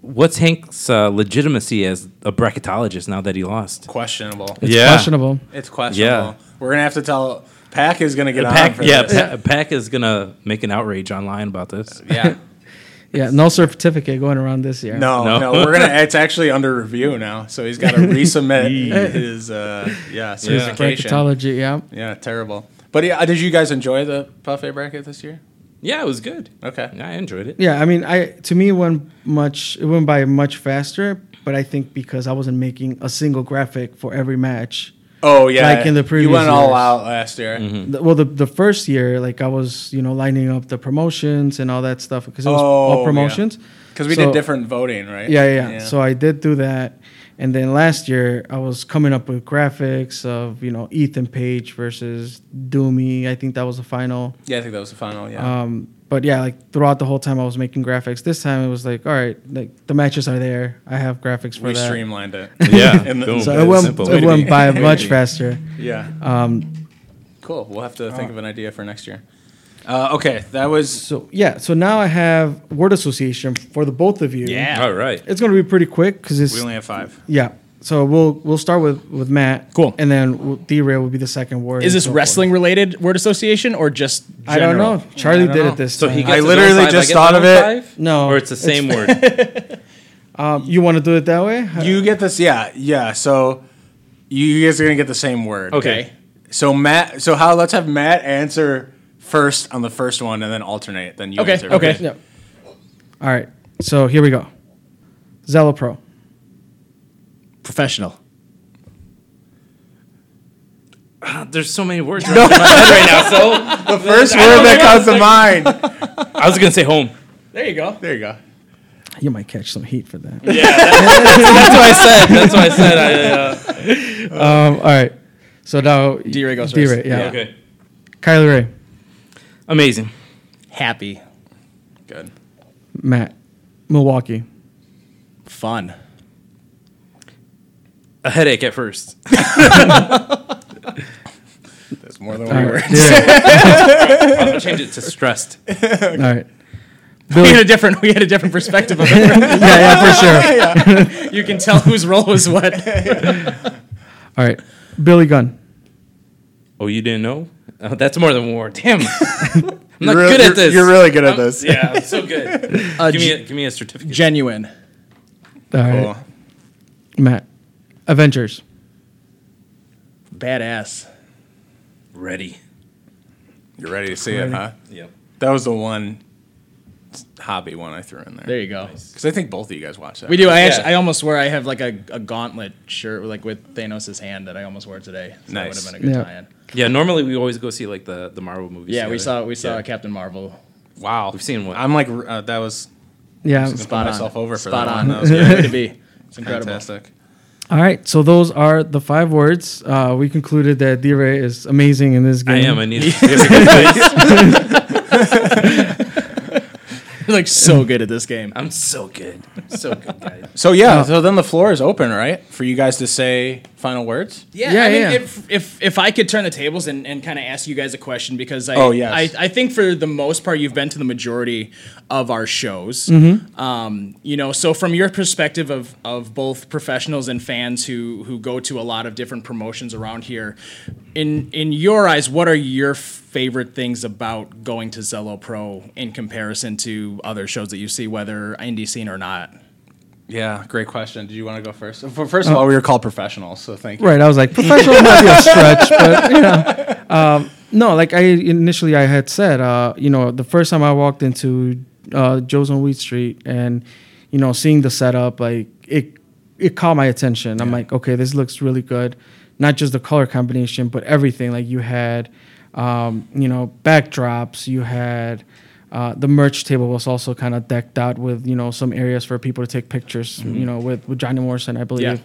S3: What's Hank's uh, legitimacy as a bracketologist now that he lost?
S2: Questionable.
S4: It's
S3: Yeah.
S4: questionable.
S2: It's questionable. We're gonna have to tell. Pack is gonna get on.
S3: Pack,
S2: for
S3: Uh, yeah,
S2: this.
S3: Pa- Pack is gonna make an outrage online about this.
S2: yeah.
S4: Yeah, no certificate going around this year.
S2: No, no,
S3: No.
S2: we're gonna. It's actually under review now, so he's got to resubmit his uh, yeah certification. Yeah.
S4: bracketology. Yeah,
S2: terrible. But yeah, did you guys enjoy the buffet bracket this year?
S3: Yeah, it was good.
S2: Okay.
S3: I enjoyed it.
S4: yeah. I mean, I to me it went much. It went by much faster, but I think because I wasn't making a single graphic for every match.
S2: Oh yeah,
S4: Like in the
S2: you
S4: previous
S2: went all
S4: years.
S2: out last year.
S4: The- well, the the first year, like I was, you know, lining up the promotions and all that stuff because it was
S2: Oh, yeah.
S4: all promotions.
S2: Because we
S4: So-
S2: did different voting, right?
S4: Yeah, yeah, yeah. So I did do that, and then last year I was coming up with graphics of you know Ethan Page versus Doomy. I think that was the final.
S2: yeah, I think that was the final. Yeah,
S4: Um, but yeah, like throughout the whole time I was making graphics. This time it was like, all right, like the matches are there. I have graphics for
S2: we
S4: that.
S2: streamlined it.
S3: Yeah.
S2: And the-
S3: Boom.
S4: So
S2: It's
S4: it went,
S3: simple.
S2: Way
S4: it
S2: to
S4: went um,
S2: be.
S4: by
S2: Way to
S4: much
S2: be.
S4: faster.
S2: Yeah. cool. We'll have
S4: uh,
S2: to think of an idea for next year. Uh, okay, that was
S4: So yeah, so now I have word association for the both of you.
S5: Yeah.
S3: All right.
S4: it's gonna be pretty quick because it's
S2: we only have five.
S4: yeah. So we'll we'll start with with Matt.
S5: Cool.
S4: And then we'll, D-Ray will be the second word.
S5: Is
S4: and
S5: this
S4: so forth.
S5: wrestling related word association or just
S4: I don't
S5: general?
S4: know. Charlie
S2: I don't
S4: did
S2: know.
S4: it this
S3: So
S4: time.
S3: he gets
S2: I
S3: his own
S2: literally
S3: five, I
S2: just
S3: get
S2: thought
S3: my own
S2: of it.
S3: five?
S4: No.
S3: Or it's the same word.
S4: Um, you want to do it that way?
S2: You get this? Yeah, yeah. So you guys are gonna get the same word.
S5: Okay.
S2: So Matt. So how? Let's have Matt answer first on the first one, and then alternate. Then you
S5: Okay,
S2: answer.
S5: okay.
S4: Yeah. All right. So here we go. Zello Pro.
S5: Professional.
S3: There's so many words running through my head right now. So
S2: The first word that comes to mind.
S3: I was gonna say home.
S5: There you go.
S2: There you go.
S4: You might catch some heat for that.
S3: That's what I said. That's what I said. I, uh,
S4: Um, all right. So now
S5: D-Ray goes
S4: D-Ray,
S5: first.
S4: yeah.
S3: okay.
S4: Kylie Ray,
S3: Amazing.
S5: Happy.
S2: Good.
S4: Matt, Milwaukee.
S5: Fun.
S3: A headache at first.
S2: That's more than
S4: All
S2: one word.
S4: right. D-Ray.
S3: I'll change it to stressed.
S4: all right.
S5: We
S4: Billy,
S5: had a different we had a different perspective of it.
S4: yeah, yeah, for sure.
S5: You can tell whose role was what.
S4: All right. Billy Gunn.
S3: Oh, you didn't know? Oh, that's more than war. Damn. I'm not
S2: You're-
S3: good
S2: you're-
S3: at this.
S2: You're really good at
S3: I'm-
S2: this.
S3: Yeah, I'm so good.
S5: Uh,
S3: give me
S5: g-
S3: a, give me a certificate.
S5: genuine.
S4: All right.
S2: Cool.
S4: Matt, Avengers.
S5: Badass.
S3: Ready.
S2: You're ready to see it, huh?
S3: Yep.
S2: That was the one s- hobby one I threw in
S5: There
S2: there.
S5: you go.
S2: Because I think both of you guys watched that.
S5: We do. I
S3: Yeah.
S5: actually, I almost swear I have like a, a gauntlet shirt like with Thanos' hand that I almost wore today. So that would
S2: Nice.
S5: have been a good
S4: Yeah.
S5: tie-in.
S3: Yeah, normally we always go see like the, the Marvel movies.
S5: Yeah, we
S3: together.
S5: saw we saw
S3: Yeah.
S5: Captain Marvel.
S2: Wow.
S3: We've seen one.
S2: I'm like, r- uh, that was
S4: Yeah.
S2: put
S5: Spot on.
S2: myself over for
S5: Spot
S2: that one.
S5: on.
S2: That was
S5: Way to be. It's incredible.
S2: fantastic.
S4: All right. So those are the five words. Uh, we concluded that D-Ray is amazing in this game.
S3: I am. I need to give it a place.
S5: You're like so good at this game.
S3: I'm so good. So good, guys.
S2: So yeah, so then the floor is open, right, for you guys to say final words.
S5: Yeah,
S4: Yeah,
S5: I mean,
S4: yeah.
S5: If, if if I could turn the tables and, and kind of ask you guys a question because I,
S2: Oh, yes.
S5: I I think for the most part you've been to the majority of our shows. Um, you know, so from your perspective of of both professionals and fans who who go to a lot of different promotions around here, in in your eyes, what are your favorite things about going to Zello Pro in comparison to other shows that you see, whether indie scene or not?
S2: Yeah, great question. Did you want to go first? F- First of all, we were called professionals, so thank you.
S4: Right. I was like, professional might be a stretch, but you know, um, no. Like I initially, I had said, uh, you know, the first time I walked into uh, Joe's on Wheat Street, and you know, seeing the setup, like it, it caught my attention. I'm like, okay, this looks really good. Not just the color combination, but everything. Like you had, um, you know, backdrops. You had. Uh, the merch table was also kind of decked out with you know some areas for people to take pictures
S2: Mm-hmm.
S4: you know with, with Johnny Morrison I believe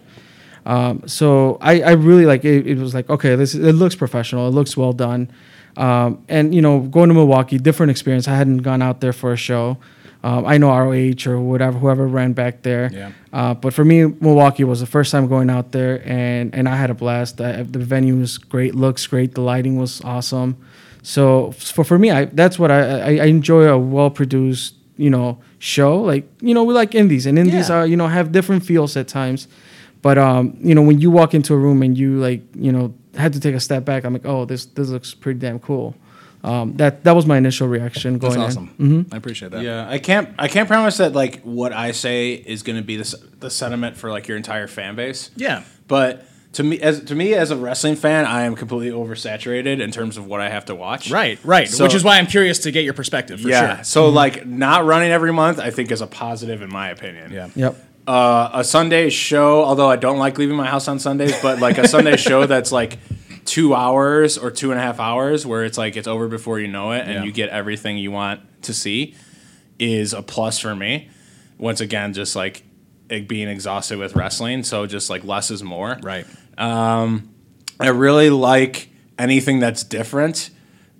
S4: so I, I really like it, it was like okay this it looks professional it looks well done um, and you know going to milwaukee different experience i hadn't gone out there for a show um, i know roh or whatever whoever ran back there
S2: Yeah.
S4: uh, but for me milwaukee was the first time going out there and and i had a blast I, the venue was great looks great the lighting was awesome so for, for me I, that's what I, I i enjoy a well produced you know show like you know we like indies and indies
S5: Yeah.
S4: are you know have different feels at times But um, you know, when you walk into a room and you like, you know, had to take a step back, I'm like, oh, this this looks pretty damn cool. Um, that that was my initial reaction going
S5: That's
S4: in.
S5: awesome. I appreciate that.
S2: Yeah, I can't. I can't promise that like what I say is going to be the, s- the sentiment for like your entire fan base.
S5: Yeah.
S2: but to me, as to me as a wrestling fan, I am completely oversaturated in terms of what I have to watch.
S5: Right, right.
S2: So-
S5: Which is why I'm curious to get your perspective for
S2: yeah.
S5: sure.
S2: So like not running every month, I think is a positive in my opinion.
S5: Yeah.
S4: Yep.
S2: Uh, a Sunday show, although I don't like leaving my house on Sundays, but like a Sunday show that's like two hours or two and a half hours, where it's like it's over before you know it, and
S5: Yeah.
S2: you get everything you want to see, is a plus for me. Once again, just like it being exhausted with wrestling, so just like less is more. Um,
S5: Right.
S2: I really like anything that's different.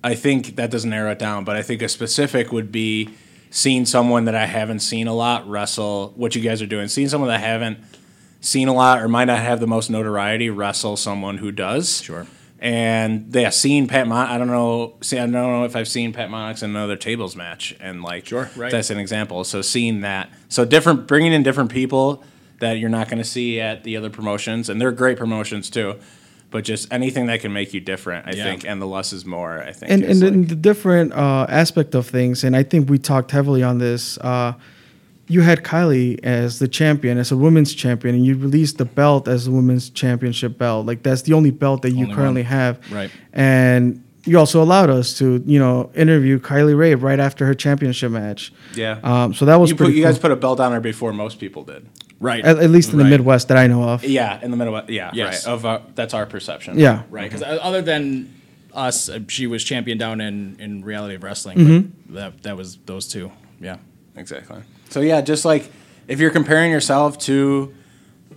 S2: I think that doesn't narrow it down, but I think a specific would be seeing someone that I haven't seen a lot wrestle what you guys are doing, seeing someone that I haven't seen a lot or might not have the most notoriety wrestle someone who does.
S5: Sure.
S2: And yeah, seeing Pat Mon I don't know see I don't know if I've seen Pat Monix in another tables match and like
S5: Sure, right.
S2: that's an example. So seeing that. So different bringing in different people that you're not going to see at the other promotions and they're great promotions too. But just anything that can make you different, I
S5: Yeah.
S2: think, and the less is more, I think.
S4: and
S2: is,
S4: and
S2: like-
S4: then the different uh, aspect of things, and I think we talked heavily on this. Uh, you had Kylie as the champion, as a women's champion, and you released the belt as the women's championship belt. Like that's the only belt that you
S5: Only
S4: currently
S5: one.
S4: have.
S5: Right.
S4: And you also allowed us to, you know, interview Kylie Rae right after her championship match.
S2: Yeah.
S4: Um, so that was
S2: you, put,
S4: pretty.
S2: you guys
S4: cool.
S2: put a belt on her before most people did.
S5: Right.
S4: at, at least in the
S5: Right.
S4: Midwest that I know of.
S2: Yeah, in the middle. of- Yeah,
S5: Yes.
S2: right. Of uh, that's our perception.
S4: Yeah.
S5: Right. Because
S2: Mm-hmm.
S5: other than us, uh, she was champion down in, in reality of wrestling.
S2: Mm-hmm.
S5: But that, that was those two. Yeah.
S2: Exactly. So yeah, just like if you're comparing yourself to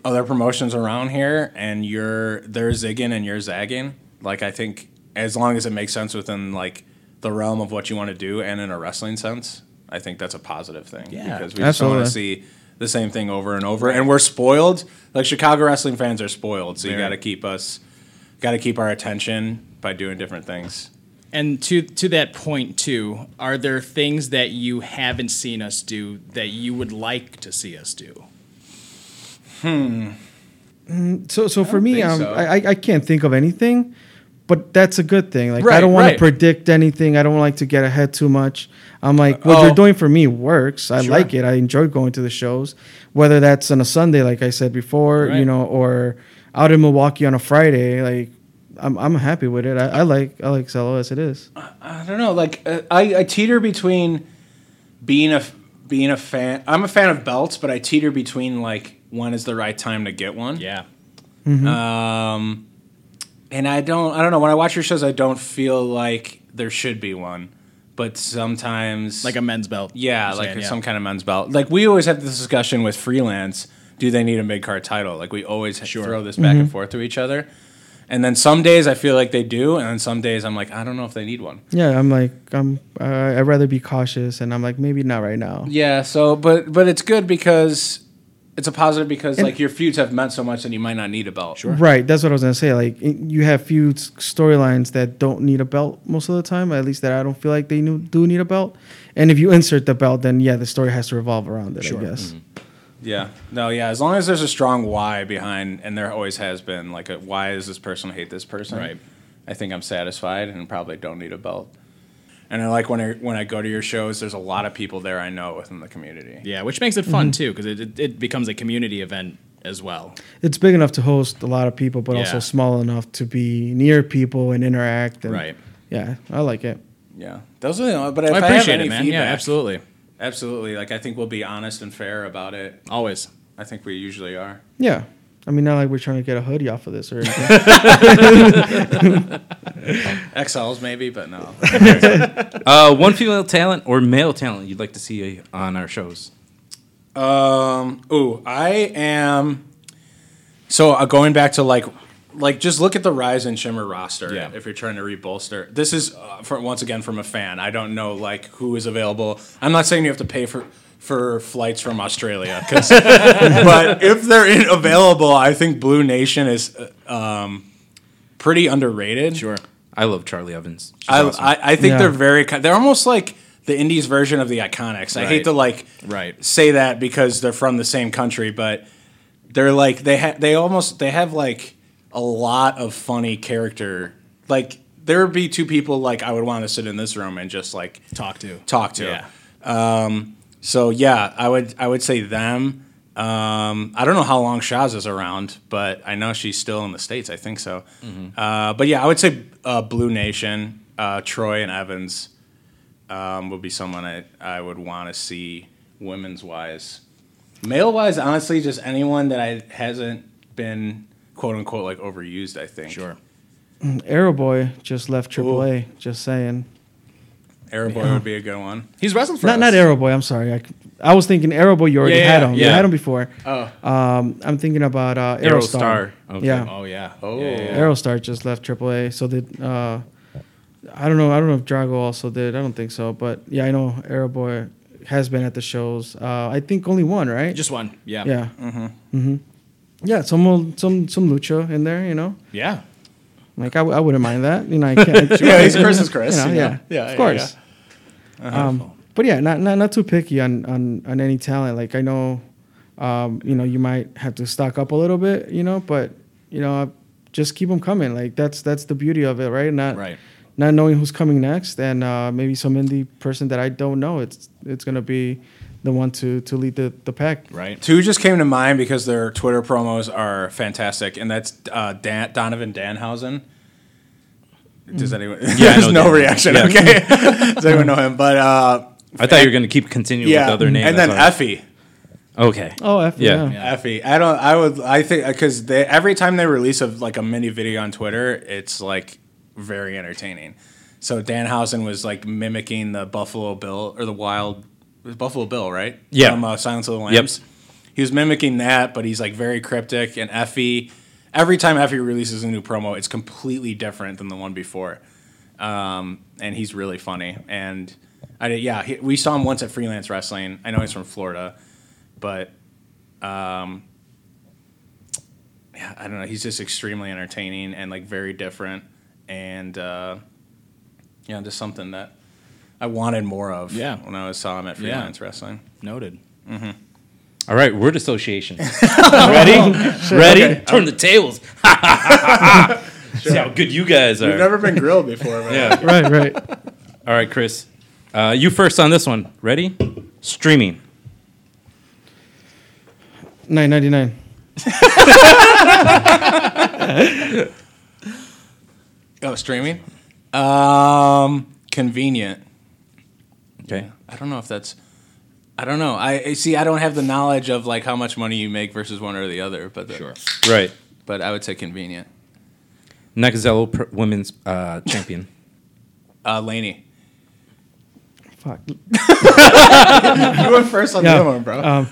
S2: other promotions around here and you're they're zigging and you're zagging, like I think as long as it makes sense within like the realm of what you want to do and in a wrestling sense, I think that's a positive thing.
S5: Yeah.
S2: Because we just don't want to
S4: Absolutely.
S2: see the same thing over and over. And we're spoiled. Like Chicago wrestling fans are spoiled. So you
S5: Very.
S2: gotta keep us gotta keep our attention by doing different things.
S5: And to to that point too, are there things that you haven't seen us do that you would like to see us do?
S4: So, so for me,
S2: think
S4: um,
S2: so.
S4: I, I I can't think of anything, but that's a good thing. Like I
S5: Right,
S4: don't want
S5: right.
S4: to predict anything. I don't like to get ahead too much. I'm like, what
S2: Oh.
S4: you're doing for me works. I
S5: Sure.
S4: like it. I enjoy going to the shows, whether that's on a Sunday, like I said before,
S5: Right.
S4: you know, or out in Milwaukee on a Friday. Like, I'm I'm happy with it. I, I like I like Cello as it is.
S2: I don't know. Like uh, I, I teeter between being a being a fan. I'm a fan of belts, but I teeter between like when is the right time to get one.
S5: Yeah.
S2: And I don't. I don't know. When I watch your shows, I don't feel like there should be one. But sometimes,
S5: Like a men's belt.
S2: yeah,
S5: you're
S2: like
S5: saying, yeah.
S2: some kind of men's belt. Like we always have this discussion with freelance. Do they need a mid card title? Like we always throw this back and forth to each other. And then some days I feel like they do, and then some days I'm like, I don't know if they need one.
S4: Yeah, I'm like I'm. Uh, I'd rather be cautious, and I'm like maybe not right now.
S2: Yeah. So, but but it's good because it's a positive because like your feuds have meant so much, and you might not need a belt. Sure.
S4: Right, that's what I was gonna say. Like i- you have few s- storylines that don't need a belt most of the time. At least that I don't feel like they knew, do need a belt. And if you insert the belt, then yeah, the story has to revolve around it. I guess.
S5: Mm-hmm.
S2: Yeah. No. Yeah. As long as there's a strong why behind, and there always has been, like, a, why does this person hate this person?
S5: Right.
S2: I think I'm satisfied and probably don't need a belt. And I like when I when I go to your shows, there's a lot of people there I know within the community.
S5: Yeah, which makes it fun
S2: Mm-hmm.
S5: too, 'cause too, because it, it, it becomes a community event as well.
S4: It's big enough to host a lot of people, but
S5: Yeah.
S4: also small enough to be near people and interact. And,
S5: Right.
S4: Yeah, I like it.
S2: Yeah. Those are the only, but if
S5: I
S2: I,
S5: appreciate
S2: have any
S5: it, man.
S2: Feedback,
S5: Yeah, absolutely.
S2: Absolutely. Like I think we'll be honest and fair about it.
S5: Always.
S2: I think we usually are.
S4: Yeah. I mean, not like we're trying to get a hoodie off of this or anything.
S2: XLs maybe, but no.
S3: Uh, one female talent or male talent you'd like to see on our shows?
S2: Um. Ooh, I am. So uh, going back to like, like just look at the rise and shimmer roster.
S5: Yeah.
S2: If you're trying to rebolster, this is uh, for, once again from a fan. I don't know like who is available. I'm not saying you have to pay for for flights from Australia, 'cause- but if they're in, available, I think Blue Nation is uh, um, pretty underrated.
S5: Sure.
S3: I love Charlie Evans. She's
S2: I,
S3: awesome.
S2: I, I think
S4: Yeah.
S2: they're very ki- they're almost like the indies version of the iconics. I
S5: Right.
S2: hate to like
S5: Right.
S2: say that because they're from the same country, but they're like they ha- they almost they have like a lot of funny character. Like there would be two people like I would want to sit in this room and just like
S5: Talk to.
S2: talk to.
S5: Yeah.
S2: So yeah, I would I would say them. Um, I don't know how long Shaz is around, but I know she's still in the states. I think so. Uh, but yeah, I would say uh, Blue Nation, uh, Troy and Evans um, would be someone I I would want to see women's wise. Male wise, honestly, just anyone that I hasn't been quote unquote like overused. I think
S5: Sure.
S4: Aeroboy just left AAA. Just saying.
S2: Airboy would be a good one.
S5: He's wrestling for
S4: Not
S5: us.
S4: not Aeroboy. I'm sorry. I, c- I was thinking Aeroboy. You already
S2: Yeah,
S4: had
S2: yeah,
S4: him. You
S2: yeah.
S4: had him before.
S2: Oh.
S4: Um, I'm thinking about uh,
S3: Aerostar.
S4: Aerostar.
S3: Okay.
S4: Yeah.
S5: Oh yeah.
S2: Oh.
S5: Yeah, yeah, yeah.
S4: Aerostar just left AAA. So did uh, I don't know. I don't know if Drago also did. I don't think so. But yeah, I know Aeroboy has been at the shows. Uh, I think only one, right?
S5: Just one. Yeah.
S4: yeah. Mm-hmm. Yeah, some old, some some lucha in there, you know.
S5: Yeah.
S4: Like I, w- I wouldn't mind that, you know. I can't.
S2: Yeah, he's Chris is Chris,
S4: You know,
S2: you know.
S4: yeah,
S2: Yeah, yeah, Uh-huh.
S4: yeah, of course. Um, but yeah, not, not not too picky on on on any talent. Like I know, um, you know, you might have to stock up a little bit, you know, but you know, just keep them coming. Like that's that's the beauty of it, right? Not
S5: Right.
S4: Not knowing who's coming next, and uh, maybe some indie person that I don't know, it's it's gonna be the one to to lead the the pack.
S5: Right.
S2: Two just came to mind because their Twitter promos are fantastic, and that's uh, Dan- Donovan Danhausen. Does anyone?
S3: Mm. Yeah, I
S2: there's no
S3: know Dan.
S2: reaction.
S3: Yeah.
S2: Okay, does anyone know him? But uh,
S3: I thought you were gonna keep continuing
S2: yeah,
S3: with other names.
S2: and then
S3: I thought-
S2: Effie,
S3: Okay.
S4: Oh, F
S3: Yeah.
S4: yeah.
S2: Effie. I don't. I would. I think because they every time they release a like a mini video on Twitter, it's like very entertaining. So Danhausen was like mimicking the Buffalo Bill or the Wild it was Buffalo Bill, right?
S3: Yeah.
S2: From uh, Silence of the Lambs. He was mimicking that, but he's like very cryptic. And Effie, every time Effie releases a new promo, it's completely different than the one before. Um, and he's really funny. And I did, yeah, he, we saw him once at Freelance Wrestling. I know he's from Florida, but um, yeah, I don't know. He's just extremely entertaining and like very different. And uh, yeah, just something that I wanted more of.
S5: Yeah.
S2: When I saw him at
S5: Yeah.
S2: Freelance Wrestling.
S5: Noted.
S3: All right. Word association. Ready? Ready? Turn the tables. See how good you guys are.
S2: I've never been grilled before. But
S3: yeah.
S4: Right, right.
S3: All right, Chris. Uh, you first on this one. Ready? Streaming.
S4: Nine ninety nine.
S2: Oh, streaming? Um, convenient.
S3: Okay.
S2: I don't know if that's. I don't know. I I- see. I don't have the knowledge of like how much money you make versus one or the other. But the,
S3: Right.
S2: But I would say convenient.
S3: Nakazello pr- women's uh, champion.
S2: Uh, Laney,
S4: Fuck.
S2: you went first on
S4: Yeah.
S2: the other one, bro.
S4: Um,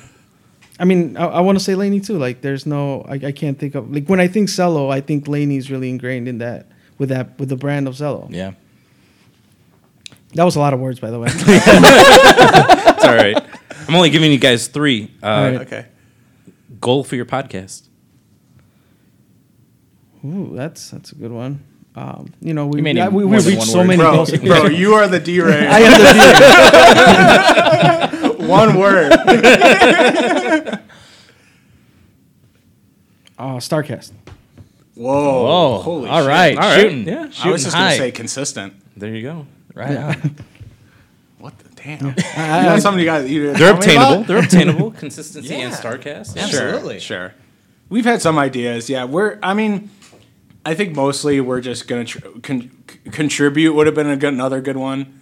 S4: I mean, I, I want to say Laney too. Like, there's no, I, I can't think of like when I think Cello, I think Laney's really ingrained in that with that with the brand of Cello.
S3: Yeah.
S4: That was a lot of words, by the way.
S5: Uh,
S3: It's all right. I'm only giving you guys three. Uh,
S4: All right.
S2: okay.
S3: Goal for your podcast.
S4: Ooh, that's that's a good one. Um, you know, we
S5: You may need
S4: yeah, we, we
S5: more than
S4: reached
S5: one
S4: so
S5: word.
S4: many
S2: Bro,
S4: goals.
S2: bro, you are the D Ray.
S4: I am the leader.
S2: one word.
S4: Oh, Starcast.
S2: Whoa.
S6: Oh,
S2: Holy.
S6: all
S2: shit.
S6: right,
S3: All right,
S6: shooting,
S3: yeah. I
S2: I
S3: was
S2: was
S6: shooting
S2: just gonna
S6: high.
S2: say consistent.
S3: There you go.
S6: right on.
S2: What the damn? you know something you guys. You didn't
S3: They're
S2: tell me about?
S3: obtainable. They're obtainable. Consistency and
S2: Yeah.
S3: Starcast.
S6: Absolutely.
S2: Sure, sure. We've had some ideas. Yeah, we're. I mean, I think mostly we're just gonna tr- con- contribute. Would have been a good, another good one,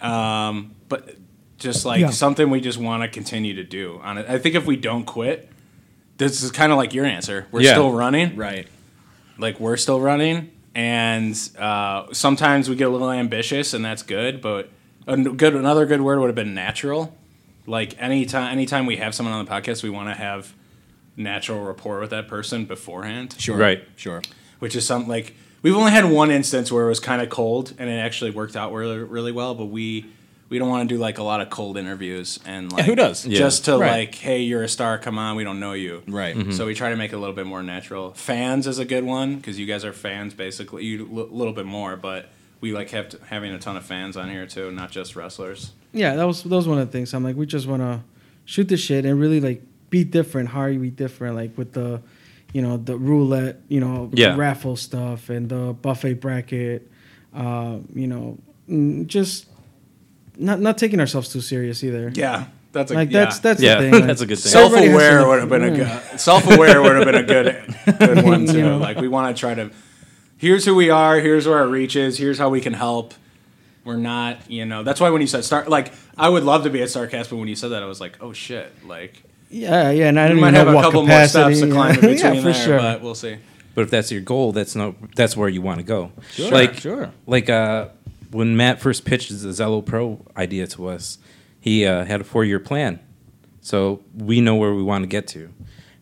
S2: um, but just like
S4: Yeah.
S2: something we just want to continue to do. On it, I think if we don't quit, this is kind of like your answer. We're
S3: Yeah.
S2: still running,
S5: Right.
S2: like we're still running, and uh, sometimes we get a little ambitious, and that's good. But a n- good, another good word would have been natural. Like anytime, anytime we have someone on the podcast, we want to have natural rapport with that person beforehand,
S5: Sure.
S3: Right.
S5: Sure.
S2: which is something like we've only had one instance where it was kind of cold, and it actually worked out really, really well. But we we don't want to do like a lot of cold interviews and like
S5: who does? Yeah.
S2: just to
S5: Right.
S2: like hey you're a star come on we don't know you
S5: Right.
S2: so we try to make it a little bit more natural. Fans is a good one because you guys are fans basically. You a little bit more, but we like kept having a ton of fans on here too, not just wrestlers.
S4: Yeah, that was that was one of the things. I'm like, we just want to shoot the shit and really like be different. How are you be different? Like with the, you know, the roulette, you know,
S2: Yeah.
S4: raffle stuff and the buffet bracket, uh, you know, mm, just not not taking ourselves too serious either.
S2: Yeah, that's a,
S4: Like
S2: yeah.
S4: that's that's
S3: Yeah,
S4: the thing.
S3: that's a good thing.
S2: Self
S4: Everybody has
S2: aware
S4: to-
S2: would have been a good. Self aware would have been a good, good one too.
S4: Yeah.
S2: Like we want to try to. Here's who we are. Here's where our reach is. Here's how we can help. We're not, you know. That's why when you said start, like I would love to be at Starcast, but when you said that, I was like, oh shit, like
S4: Yeah, yeah, and I
S2: we
S4: don't
S2: might
S4: even
S2: have
S4: know
S2: a
S4: what
S2: couple
S4: capacity.
S2: more steps to climb in
S4: yeah.
S2: between
S4: yeah, for
S2: there,
S4: sure.
S2: but we'll see.
S3: But if that's your goal, that's no, that's where you want to go.
S2: Sure,
S3: like,
S2: sure.
S3: Like uh, when Matt first pitched the Zello Pro idea to us, he uh, had a four-year plan, so we know where we want to get to,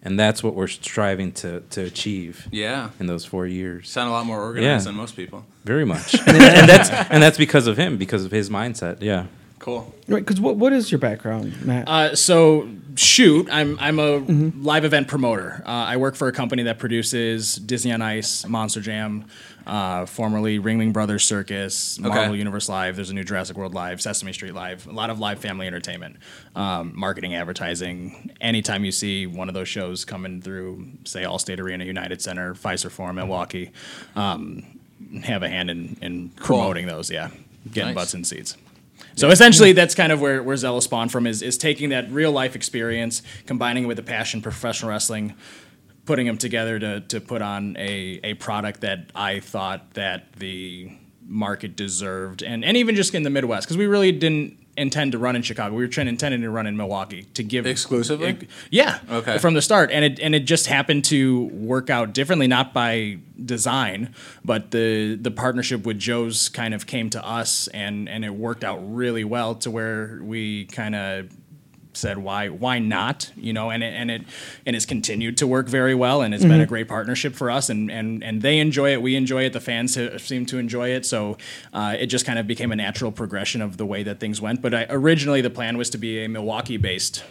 S3: and that's what we're striving to to achieve
S2: Yeah,
S3: in those four years.
S2: sound a lot more organized
S3: Yeah.
S2: than most people.
S3: Very much, and that's and that's because of him, because of his mindset. Yeah,
S2: Cool.
S4: Right, because what what is your background, Matt?
S5: Uh, so shoot, I'm I'm a live event promoter. Uh, I work for a company that produces Disney on Ice, Monster Jam, uh, formerly Ringling Brothers Circus, Marvel Universe Live. There's a new Jurassic World Live, Sesame Street Live. A lot of live family entertainment, um, marketing, advertising. Anytime you see one of those shows coming through, say Allstate Arena, United Center, Pfizer Forum, Milwaukee, um, have a hand in in promoting those. Yeah,
S2: Nice.
S5: getting butts in seats. So essentially, that's kind of where, where Zealous spawned from is, is taking that real life experience, combining it with the passion for professional wrestling, putting them together to, to put on a, a product that I thought that the market deserved, and, and even just in the Midwest, because we really didn't intend to run in Chicago. We were trying, intending to run in Milwaukee to give
S2: Exclusively?
S5: yeah.
S2: Okay.
S5: From the start, and it and it just happened to work out differently, not by design, but the the partnership with Joe's kind of came to us, and and it worked out really well to where we kind of said why why not you know and it, and it and it's continued to work very well and it's been a great partnership for us and and and they enjoy it we enjoy it the fans ha- seem to enjoy it so uh, it just kind of became a natural progression of the way that things went but I, originally the plan was to be a Milwaukee based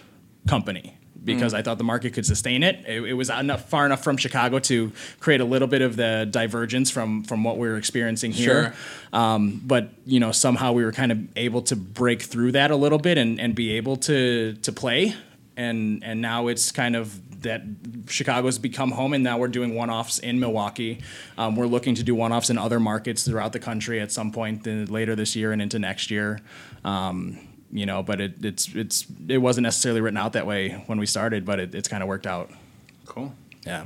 S5: company because I thought the market could sustain it. It, it was enough, far enough from Chicago to create a little bit of the divergence from from what we were experiencing here. Um, but you know, somehow we were kind of able to break through that a little bit and, and be able to to play. And and now it's kind of that Chicago's become home, and now we're doing one-offs in Milwaukee. Um, we're looking to do one-offs in other markets throughout the country at some point uh, later this year and into next year. Um, you know, but it, it's it's it wasn't necessarily written out that way when we started, but it, it's kind of worked out.
S2: Cool.
S5: Yeah.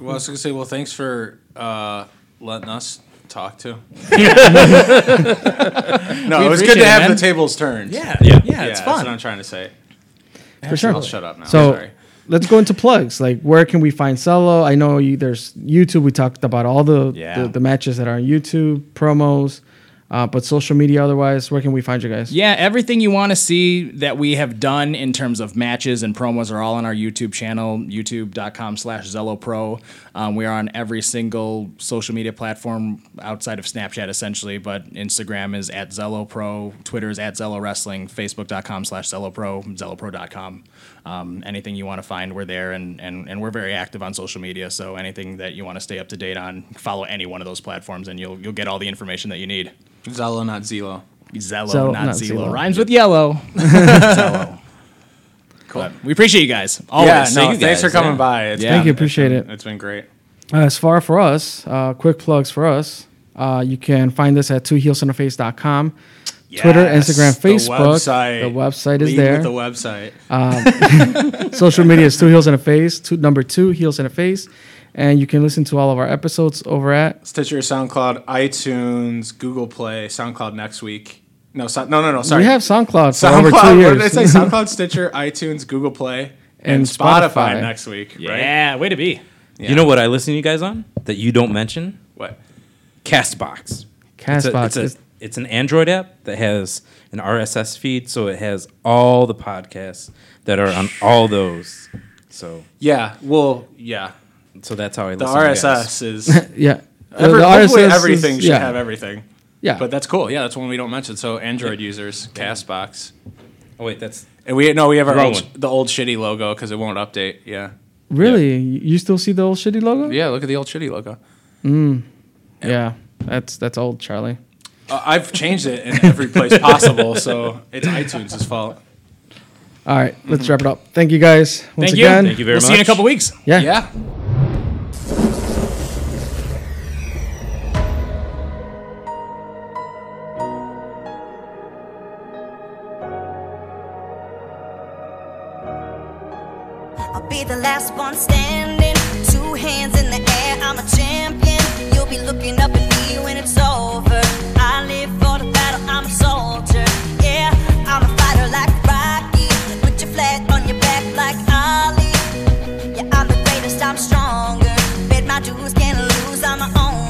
S2: Well, I was gonna say, well, thanks for uh, letting us talk to. no, it was good
S5: appreciate
S2: to
S5: it,
S2: have
S5: man.
S2: the tables turned.
S5: Yeah. Yeah. Yeah.
S2: That's
S5: it's
S2: what
S5: fun.
S2: I'm trying to say.
S4: for sure.
S2: I'll shut up now.
S4: So
S2: Sorry.
S4: let's go into plugs. Like, where can we find Cello? I know you, there's YouTube. We talked about all the,
S2: Yeah.
S4: the the matches that are on YouTube promos, uh, but social media otherwise, where can we find you guys?
S5: Yeah, everything you want to see that we have done in terms of matches and promos are all on our YouTube channel, youtube.com slash ZelloPro. Um, we are on every single social media platform outside of Snapchat, essentially, but Instagram is at ZelloPro, Twitter is at Zello Wrestling, Facebook.com slash ZelloPro, ZelloPro.com. Um, anything you want to find, we're there, and, and, and we're very active on social media, so anything that you want to stay up to date on, follow any one of those platforms, and you'll, you'll get all the information that you need.
S2: Zello, not Zelo.
S5: Zello,
S4: Zello,
S5: not,
S4: not
S5: Zelo.
S4: Zelo.
S5: Rhymes with yellow. cool. we appreciate you guys. Always.
S2: yeah,
S5: Thank
S2: no,
S5: you
S2: thanks
S5: guys.
S2: for coming
S5: Yeah.
S2: by. It's
S5: Yeah.
S2: been-
S4: Thank you, appreciate
S2: it's been-
S4: it. Uh,
S2: It's been great.
S4: As far for us, uh, quick plugs for us. Uh, you can find us at twoheelsinterface.com. Twitter,
S2: Yes,
S4: Instagram,
S2: the
S4: Facebook.
S2: website.
S4: The website is
S2: Lead
S4: there. Uh,
S2: With the website.
S4: Social media is two heels and a face. Two, number two heels and a face, and you can listen to all of our episodes over at
S2: Stitcher, SoundCloud, iTunes, Google Play, SoundCloud next week. No, so, no, no, no. Sorry.
S4: we have SoundCloud for over two
S2: SoundCloud. What
S4: years.
S2: did I say? SoundCloud, Stitcher, iTunes, Google Play, and,
S4: And
S2: Spotify.
S4: Spotify.
S2: next week. Right?
S5: Yeah, way to be.
S3: you know what I listen to you guys on that you don't mention?
S2: What?
S3: Castbox. It's a-
S4: Castbox.
S3: It's, a- it's an Android app that has an RSS feed, so it has all the podcasts that are on all those. So,
S2: Yeah. Well, yeah.
S3: so that's how I
S2: The
S3: listen. to you guys.
S2: RSS is
S4: yeah. The-
S2: Every,
S4: the
S2: hopefully
S4: RSS is-
S2: everything should
S4: yeah.
S2: have everything.
S4: Yeah.
S2: But that's cool. Yeah, that's one we don't mention. So Android users, Castbox,
S3: Oh wait, that's
S2: and we no, we have our
S3: Wrong
S2: old,
S3: one.
S2: the old shitty logo because it won't update. Yeah.
S4: Really? You- You still see the old shitty logo?
S2: Yeah. Look at the old shitty logo.
S4: Yeah. That's that's old, Charlie.
S2: Uh, I've changed it in every place possible, so it's iTunes' fault.
S4: All right, let's wrap it up. Thank you guys once
S5: Thank you.
S4: again.
S3: Thank you very
S5: we'll See you in a
S3: much.
S5: couple weeks.
S4: Yeah.
S2: Yeah.
S1: I'll be the last one standing. Two hands in the air, I'm a champion. You'll be looking up at me when it's over. I live for the battle, I'm a soldier. Yeah, I'm a fighter like Rocky. Put your flag on your back like Ali. Yeah, I'm the greatest, I'm stronger. Bet my dues, can't lose, I'm my own.